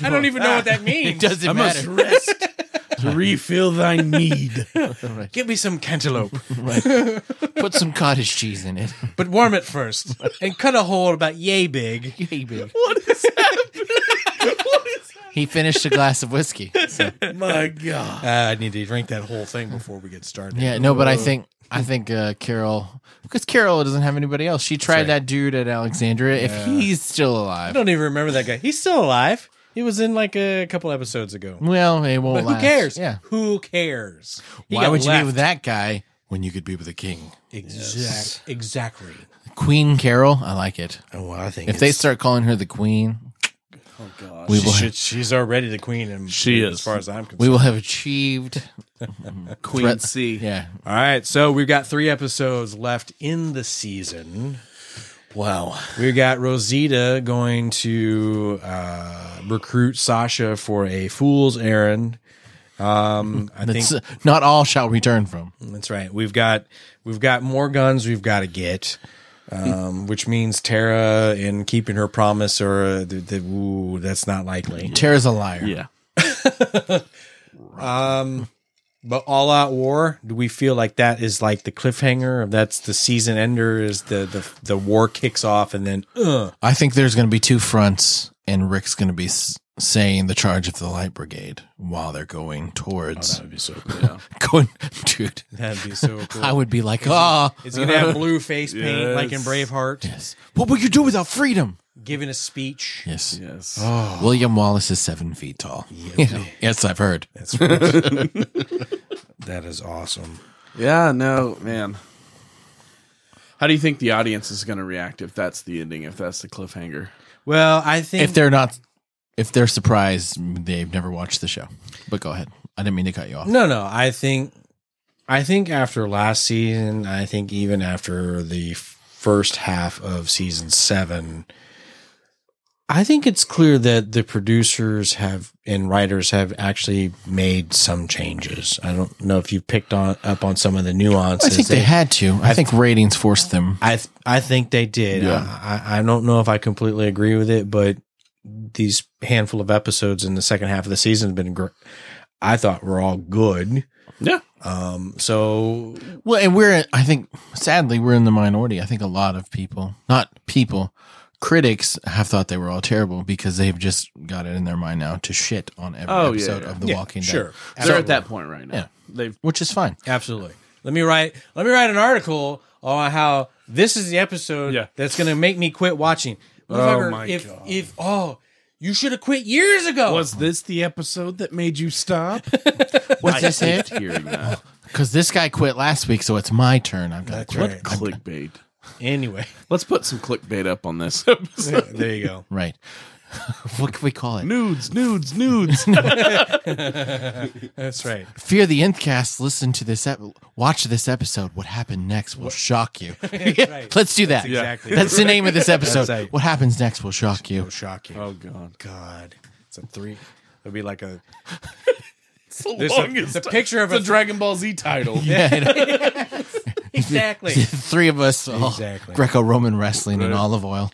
[SPEAKER 4] I don't even know what that means.
[SPEAKER 2] Doesn't
[SPEAKER 3] must
[SPEAKER 2] matter.
[SPEAKER 3] rest to refill thy need.
[SPEAKER 4] Give me some cantaloupe,
[SPEAKER 2] Put some cottage cheese in it.
[SPEAKER 4] but warm it first, and cut a hole about yay big.
[SPEAKER 2] Yay, big. He finished a glass of whiskey.
[SPEAKER 3] My God.
[SPEAKER 4] Uh, I need to drink that whole thing before we get started.
[SPEAKER 2] Yeah, no, but I think I think uh, Carol because Carol doesn't have anybody else. She tried that dude at Alexandria. If he's still
[SPEAKER 4] I
[SPEAKER 2] alive,
[SPEAKER 4] don't even remember that guy. He's still alive. He was in like a couple episodes ago.
[SPEAKER 2] well, it won't.
[SPEAKER 4] But who
[SPEAKER 2] last.
[SPEAKER 4] cares?
[SPEAKER 2] Yeah.
[SPEAKER 4] Who cares? He
[SPEAKER 2] Why
[SPEAKER 4] got
[SPEAKER 2] would you
[SPEAKER 4] left.
[SPEAKER 2] be with that guy when you could be with a king?
[SPEAKER 4] Exact, Exactly.
[SPEAKER 2] Queen Carol, I like it.
[SPEAKER 4] Oh, well, I think
[SPEAKER 2] If they start calling her the queen, oh god, we will have,
[SPEAKER 4] she's already the queen, and
[SPEAKER 3] She is.
[SPEAKER 4] as far as I'm concerned.
[SPEAKER 2] we will have achieved.
[SPEAKER 3] Queen
[SPEAKER 2] Threat-
[SPEAKER 3] C.
[SPEAKER 2] Yeah,
[SPEAKER 4] All right, so we've got three episodes left in the season.
[SPEAKER 3] Wow.
[SPEAKER 4] We've got Rosita going to uh, recruit Sasha for a fool's errand. Um, I think
[SPEAKER 2] that's not all shall return from.
[SPEAKER 4] that's right. We've got we've got more guns. We've got to get, um, which means Tara and keeping her promise, or uh, the, the, ooh, that's not likely.
[SPEAKER 2] Tara's a liar.
[SPEAKER 3] Yeah.
[SPEAKER 4] But all out war, do we feel like that is like the cliffhanger? That's the season ender. Is the the the war kicks off and then uh,
[SPEAKER 2] I think there's going to be two fronts, and Rick's going to be s- saying the charge of the Light Brigade while they're going towards
[SPEAKER 4] that'd be so cool.
[SPEAKER 2] going, dude.
[SPEAKER 4] That'd be so cool.
[SPEAKER 2] I would be like, ah,
[SPEAKER 4] It's gonna have blue face paint like in
[SPEAKER 3] Yes.
[SPEAKER 4] Braveheart,
[SPEAKER 2] yes. What would you do without freedom?
[SPEAKER 4] giving a speech.
[SPEAKER 2] Yes.
[SPEAKER 3] Yes.
[SPEAKER 2] William Wallace is seven feet tall. yes, I've heard.
[SPEAKER 4] That's right. that is awesome.
[SPEAKER 3] Yeah, no, man. How do you think the audience is going to react if that's the ending, if that's the cliffhanger?
[SPEAKER 4] Well, I think
[SPEAKER 2] If they're not, if they're surprised, they've never watched the show. But go ahead. I didn't mean to cut you off.
[SPEAKER 4] no, no. I think, I think after last season, I think even after the f- first half of season seven, I think it's clear that the producers have and writers have actually made some changes. I don't know if you picked on up on some of the
[SPEAKER 2] I
[SPEAKER 4] nuances.
[SPEAKER 2] think they
[SPEAKER 4] that-
[SPEAKER 2] had to. I think ratings forced them.
[SPEAKER 4] I th- I think they did. I, I I don't know if I completely agree with it, but these handful of episodes in the second half of the season have been great. I thought were all good.
[SPEAKER 3] Yeah.
[SPEAKER 4] Um. So
[SPEAKER 2] Well, and we're, I think, sadly, we're in the minority. I think a lot of people, not people, critics have thought they were all terrible because they've just got it in their mind now to shit on every
[SPEAKER 3] Oh, yeah,
[SPEAKER 2] episode
[SPEAKER 3] yeah.
[SPEAKER 2] of The Walking Dead.
[SPEAKER 4] sure,
[SPEAKER 3] They're at that point right now.
[SPEAKER 2] Yeah.
[SPEAKER 3] They've
[SPEAKER 2] Which is fine.
[SPEAKER 4] absolutely. Let me write. Let me write an article on how this is the episode
[SPEAKER 3] Yeah. Oh
[SPEAKER 4] that's going to make me quit watching. Motherfucker,
[SPEAKER 3] my
[SPEAKER 4] if,
[SPEAKER 3] God.
[SPEAKER 4] If oh, you should have quit years ago.
[SPEAKER 3] Was this the episode that made you stop?
[SPEAKER 2] What's this
[SPEAKER 3] hate
[SPEAKER 2] it?
[SPEAKER 3] hearing that.
[SPEAKER 2] Because this guy quit last week, so it's my turn. I've got to
[SPEAKER 4] That's
[SPEAKER 2] quit.
[SPEAKER 4] right.
[SPEAKER 3] clickbait.
[SPEAKER 4] Anyway,
[SPEAKER 3] Let's put some clickbait up on this episode.
[SPEAKER 4] there you go.
[SPEAKER 2] Right. what can we call it?
[SPEAKER 3] nudes, nudes, nudes. Oh,
[SPEAKER 4] That's right.
[SPEAKER 2] Fear the Nthcast. Listen to this. Ep- watch this episode. What happened next will shock you.
[SPEAKER 4] right.
[SPEAKER 2] Let's do that.
[SPEAKER 4] exactly
[SPEAKER 2] That's the name of this episode.
[SPEAKER 4] That's right.
[SPEAKER 2] What happens next will shock you.
[SPEAKER 4] Shocking.
[SPEAKER 3] oh God.
[SPEAKER 4] God. It's a three. It'll be like a
[SPEAKER 3] It's the
[SPEAKER 4] There's a-
[SPEAKER 3] longest.
[SPEAKER 4] the picture of
[SPEAKER 3] it's
[SPEAKER 4] a-
[SPEAKER 3] a Dragon Ball Z title.
[SPEAKER 4] exactly.
[SPEAKER 2] Three of us, all
[SPEAKER 4] Exactly.
[SPEAKER 2] Greco-Roman wrestling and olive oil.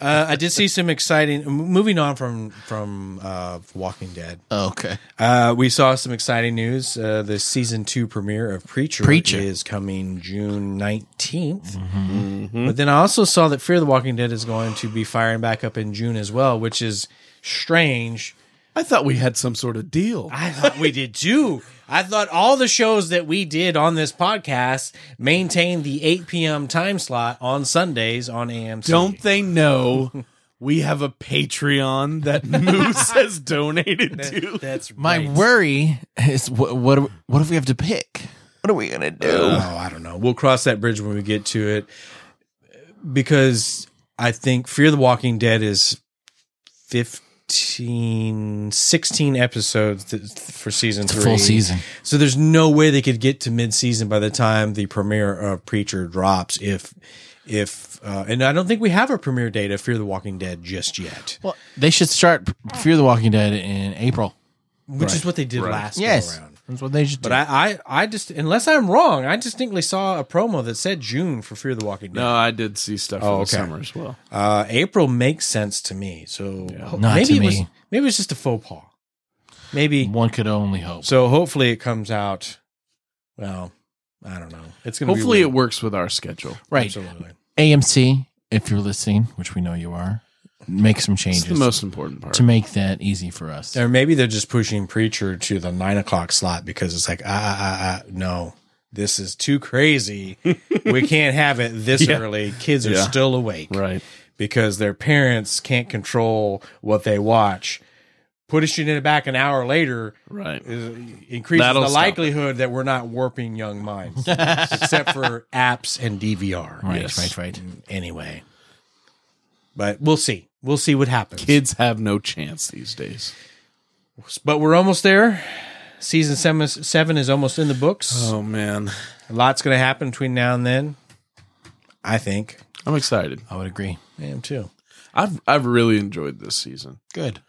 [SPEAKER 4] Uh, I did see some exciting. Moving on from from uh, Walking Dead,
[SPEAKER 2] Okay.
[SPEAKER 4] uh, we saw some exciting news. Uh, the season two premiere of Preacher,
[SPEAKER 2] Preacher. Mm-hmm.
[SPEAKER 4] is coming June 19th But then I also saw that Fear the Walking Dead is going to be firing back up in June as well, which is strange.
[SPEAKER 3] I thought we had some sort of deal.
[SPEAKER 4] I thought we did too. I thought all the shows that we did on this podcast maintained the 8 p.m. time slot on Sundays on AMC.
[SPEAKER 3] Don't they know we have a Patreon that Moose has donated to?
[SPEAKER 4] That's
[SPEAKER 2] My
[SPEAKER 4] right.
[SPEAKER 2] worry is what what what if we have to pick? What are we gonna do?
[SPEAKER 4] Oh, I don't know. We'll cross that bridge when we get to it because I think Fear the Walking Dead is 15, 16 episodes th- for season
[SPEAKER 2] it's a
[SPEAKER 4] three.
[SPEAKER 2] full season.
[SPEAKER 4] So there's no way they could get to mid-season by the time the premiere of Preacher drops. If if uh, and I don't think we have a premiere date of Fear the Walking Dead just yet,
[SPEAKER 2] Well, they should start Fear the Walking Dead in April.
[SPEAKER 4] which is what they did last
[SPEAKER 2] Yes,
[SPEAKER 4] go around.
[SPEAKER 2] that's what they should do.
[SPEAKER 4] But I, I I just unless I'm wrong, I distinctly saw a promo that said June for Fear the Walking Dead.
[SPEAKER 3] No, I did see stuff in
[SPEAKER 4] Oh,
[SPEAKER 3] the
[SPEAKER 4] okay.
[SPEAKER 3] summer as well.
[SPEAKER 4] Uh, April makes sense to me. So ho-
[SPEAKER 2] Not
[SPEAKER 4] maybe
[SPEAKER 2] to
[SPEAKER 4] it was
[SPEAKER 2] me.
[SPEAKER 4] maybe it's just a faux pas. Maybe
[SPEAKER 2] One could only hope.
[SPEAKER 4] so. Hopefully it comes out. Well, I don't know. It's gonna
[SPEAKER 3] Hopefully,
[SPEAKER 4] Be
[SPEAKER 3] it works with our schedule.
[SPEAKER 2] right,
[SPEAKER 4] Absolutely.
[SPEAKER 2] AMC, if you're listening, which we know you are, make some
[SPEAKER 3] It's
[SPEAKER 2] changes
[SPEAKER 3] the most important part.
[SPEAKER 2] to make that easy for us.
[SPEAKER 4] Or maybe they're just pushing Preacher to the nine o'clock slot because it's like ah ah ah, ah no. This is too crazy. we can't have it this
[SPEAKER 3] Yeah.
[SPEAKER 4] early. Kids are
[SPEAKER 3] Yeah.
[SPEAKER 4] still awake.
[SPEAKER 3] Right.
[SPEAKER 4] because their parents can't control what they watch. Pushing it back an hour later
[SPEAKER 3] Right.
[SPEAKER 4] is, increases
[SPEAKER 3] That'll
[SPEAKER 4] the
[SPEAKER 3] stop
[SPEAKER 4] likelihood that we're not warping young minds, except for apps and DVR.
[SPEAKER 2] right,
[SPEAKER 3] yes.
[SPEAKER 2] right, right.
[SPEAKER 4] Anyway, but we'll see. We'll see what happens.
[SPEAKER 3] Kids have no chance these days.
[SPEAKER 4] But we're almost there. Season seven, seven is almost in the books.
[SPEAKER 3] Oh man,
[SPEAKER 4] A lot's going to happen between now and then. I think.
[SPEAKER 3] I'm excited.
[SPEAKER 2] I would agree.
[SPEAKER 4] I am too.
[SPEAKER 3] I've I've really enjoyed this season.
[SPEAKER 2] Good.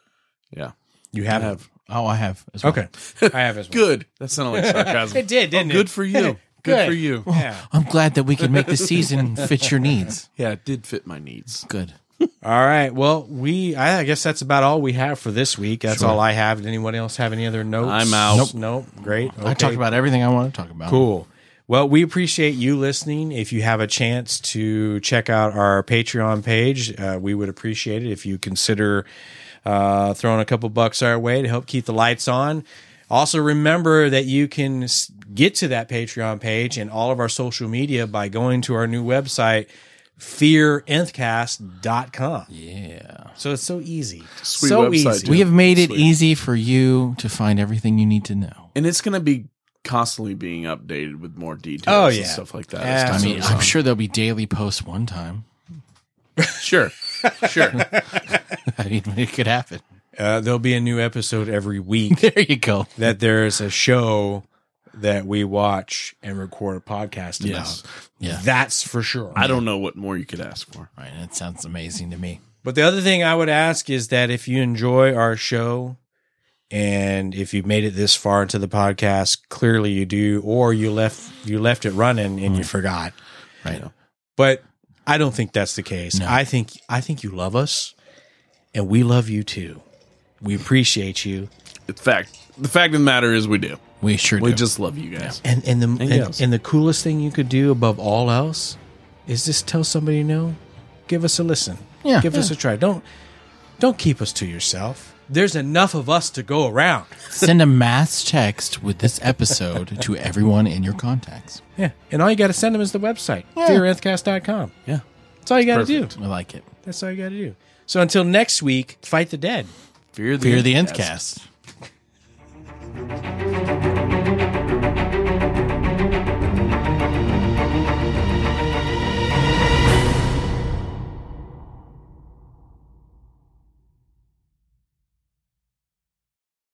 [SPEAKER 3] Yeah,
[SPEAKER 4] You
[SPEAKER 3] I
[SPEAKER 4] have,
[SPEAKER 3] have.
[SPEAKER 2] Oh, I have. As well.
[SPEAKER 4] okay. I have as well.
[SPEAKER 3] Good. That sounded like sarcasm.
[SPEAKER 4] It did, didn't it?
[SPEAKER 3] Good for you. Good
[SPEAKER 4] Good.
[SPEAKER 3] for you.
[SPEAKER 4] Yeah.
[SPEAKER 2] I'm glad that we can make the season fit your needs.
[SPEAKER 3] Yeah, it did fit my needs.
[SPEAKER 2] Good.
[SPEAKER 4] All right. Well, we I guess that's about all we have for this week. That's all I have. Did anyone else have any other notes?
[SPEAKER 3] I'm out.
[SPEAKER 4] Nope. Nope. Great.
[SPEAKER 2] I talked about everything I want to talk about.
[SPEAKER 4] cool. Well, we appreciate you listening. If you have a chance to check out our Patreon page, uh, we would appreciate it if you consider uh, throwing a couple bucks our way to help keep the lights on. Also, remember that you can s- get to that Patreon page and all of our social media by going to our new website, fearenthcast.com.
[SPEAKER 2] Yeah.
[SPEAKER 4] So it's so easy.
[SPEAKER 3] Sweet
[SPEAKER 4] so
[SPEAKER 3] website,
[SPEAKER 4] easy.
[SPEAKER 3] dude.
[SPEAKER 2] We have made it
[SPEAKER 3] Sweet.
[SPEAKER 2] easy for you to find everything you need to know.
[SPEAKER 3] And it's going to be constantly being updated with more details
[SPEAKER 4] Oh,
[SPEAKER 3] and
[SPEAKER 4] yeah.
[SPEAKER 3] stuff like that.
[SPEAKER 4] Yeah.
[SPEAKER 3] as
[SPEAKER 2] I
[SPEAKER 3] time
[SPEAKER 2] mean,
[SPEAKER 3] goes
[SPEAKER 2] I'm
[SPEAKER 3] on.
[SPEAKER 2] sure there'll be daily posts one time.
[SPEAKER 3] Sure. Sure.
[SPEAKER 2] I mean, it could happen.
[SPEAKER 4] Uh, there'll be a new episode every week
[SPEAKER 2] There you go.
[SPEAKER 4] that there's a show that we watch and record a podcast
[SPEAKER 3] Yes.
[SPEAKER 4] about.
[SPEAKER 2] Yeah.
[SPEAKER 4] That's for sure.
[SPEAKER 3] I don't know what more you could ask for.
[SPEAKER 2] Right. That sounds amazing to me.
[SPEAKER 4] But the other thing I would ask is that if you enjoy our show and if you've made it this far into the podcast, clearly you do, or you left you left it running and you forgot.
[SPEAKER 2] Mm. Right.
[SPEAKER 4] But I don't think that's the case.
[SPEAKER 2] No.
[SPEAKER 4] I think I think you love us and we love you too. We appreciate you.
[SPEAKER 3] In fact, the fact of the matter is we do.
[SPEAKER 2] We sure
[SPEAKER 3] We
[SPEAKER 2] do.
[SPEAKER 3] just love you guys.
[SPEAKER 4] And and the and,
[SPEAKER 3] else.
[SPEAKER 4] and the coolest thing you could do above all else is just tell somebody you know, give us a listen.
[SPEAKER 2] Yeah.
[SPEAKER 4] Give us a try. Don't don't keep us to yourself. There's enough of us to go around.
[SPEAKER 2] Send a mass text with this episode to everyone in your contacts.
[SPEAKER 4] Yeah. And all you gotta send them is the website. FearEarthcast.com.
[SPEAKER 3] Yeah.
[SPEAKER 4] That's all you gotta do.
[SPEAKER 2] I like it.
[SPEAKER 4] That's all you gotta do. So until next week, fight the dead.
[SPEAKER 3] Fear the
[SPEAKER 2] Fear the
[SPEAKER 3] end
[SPEAKER 2] Endcast.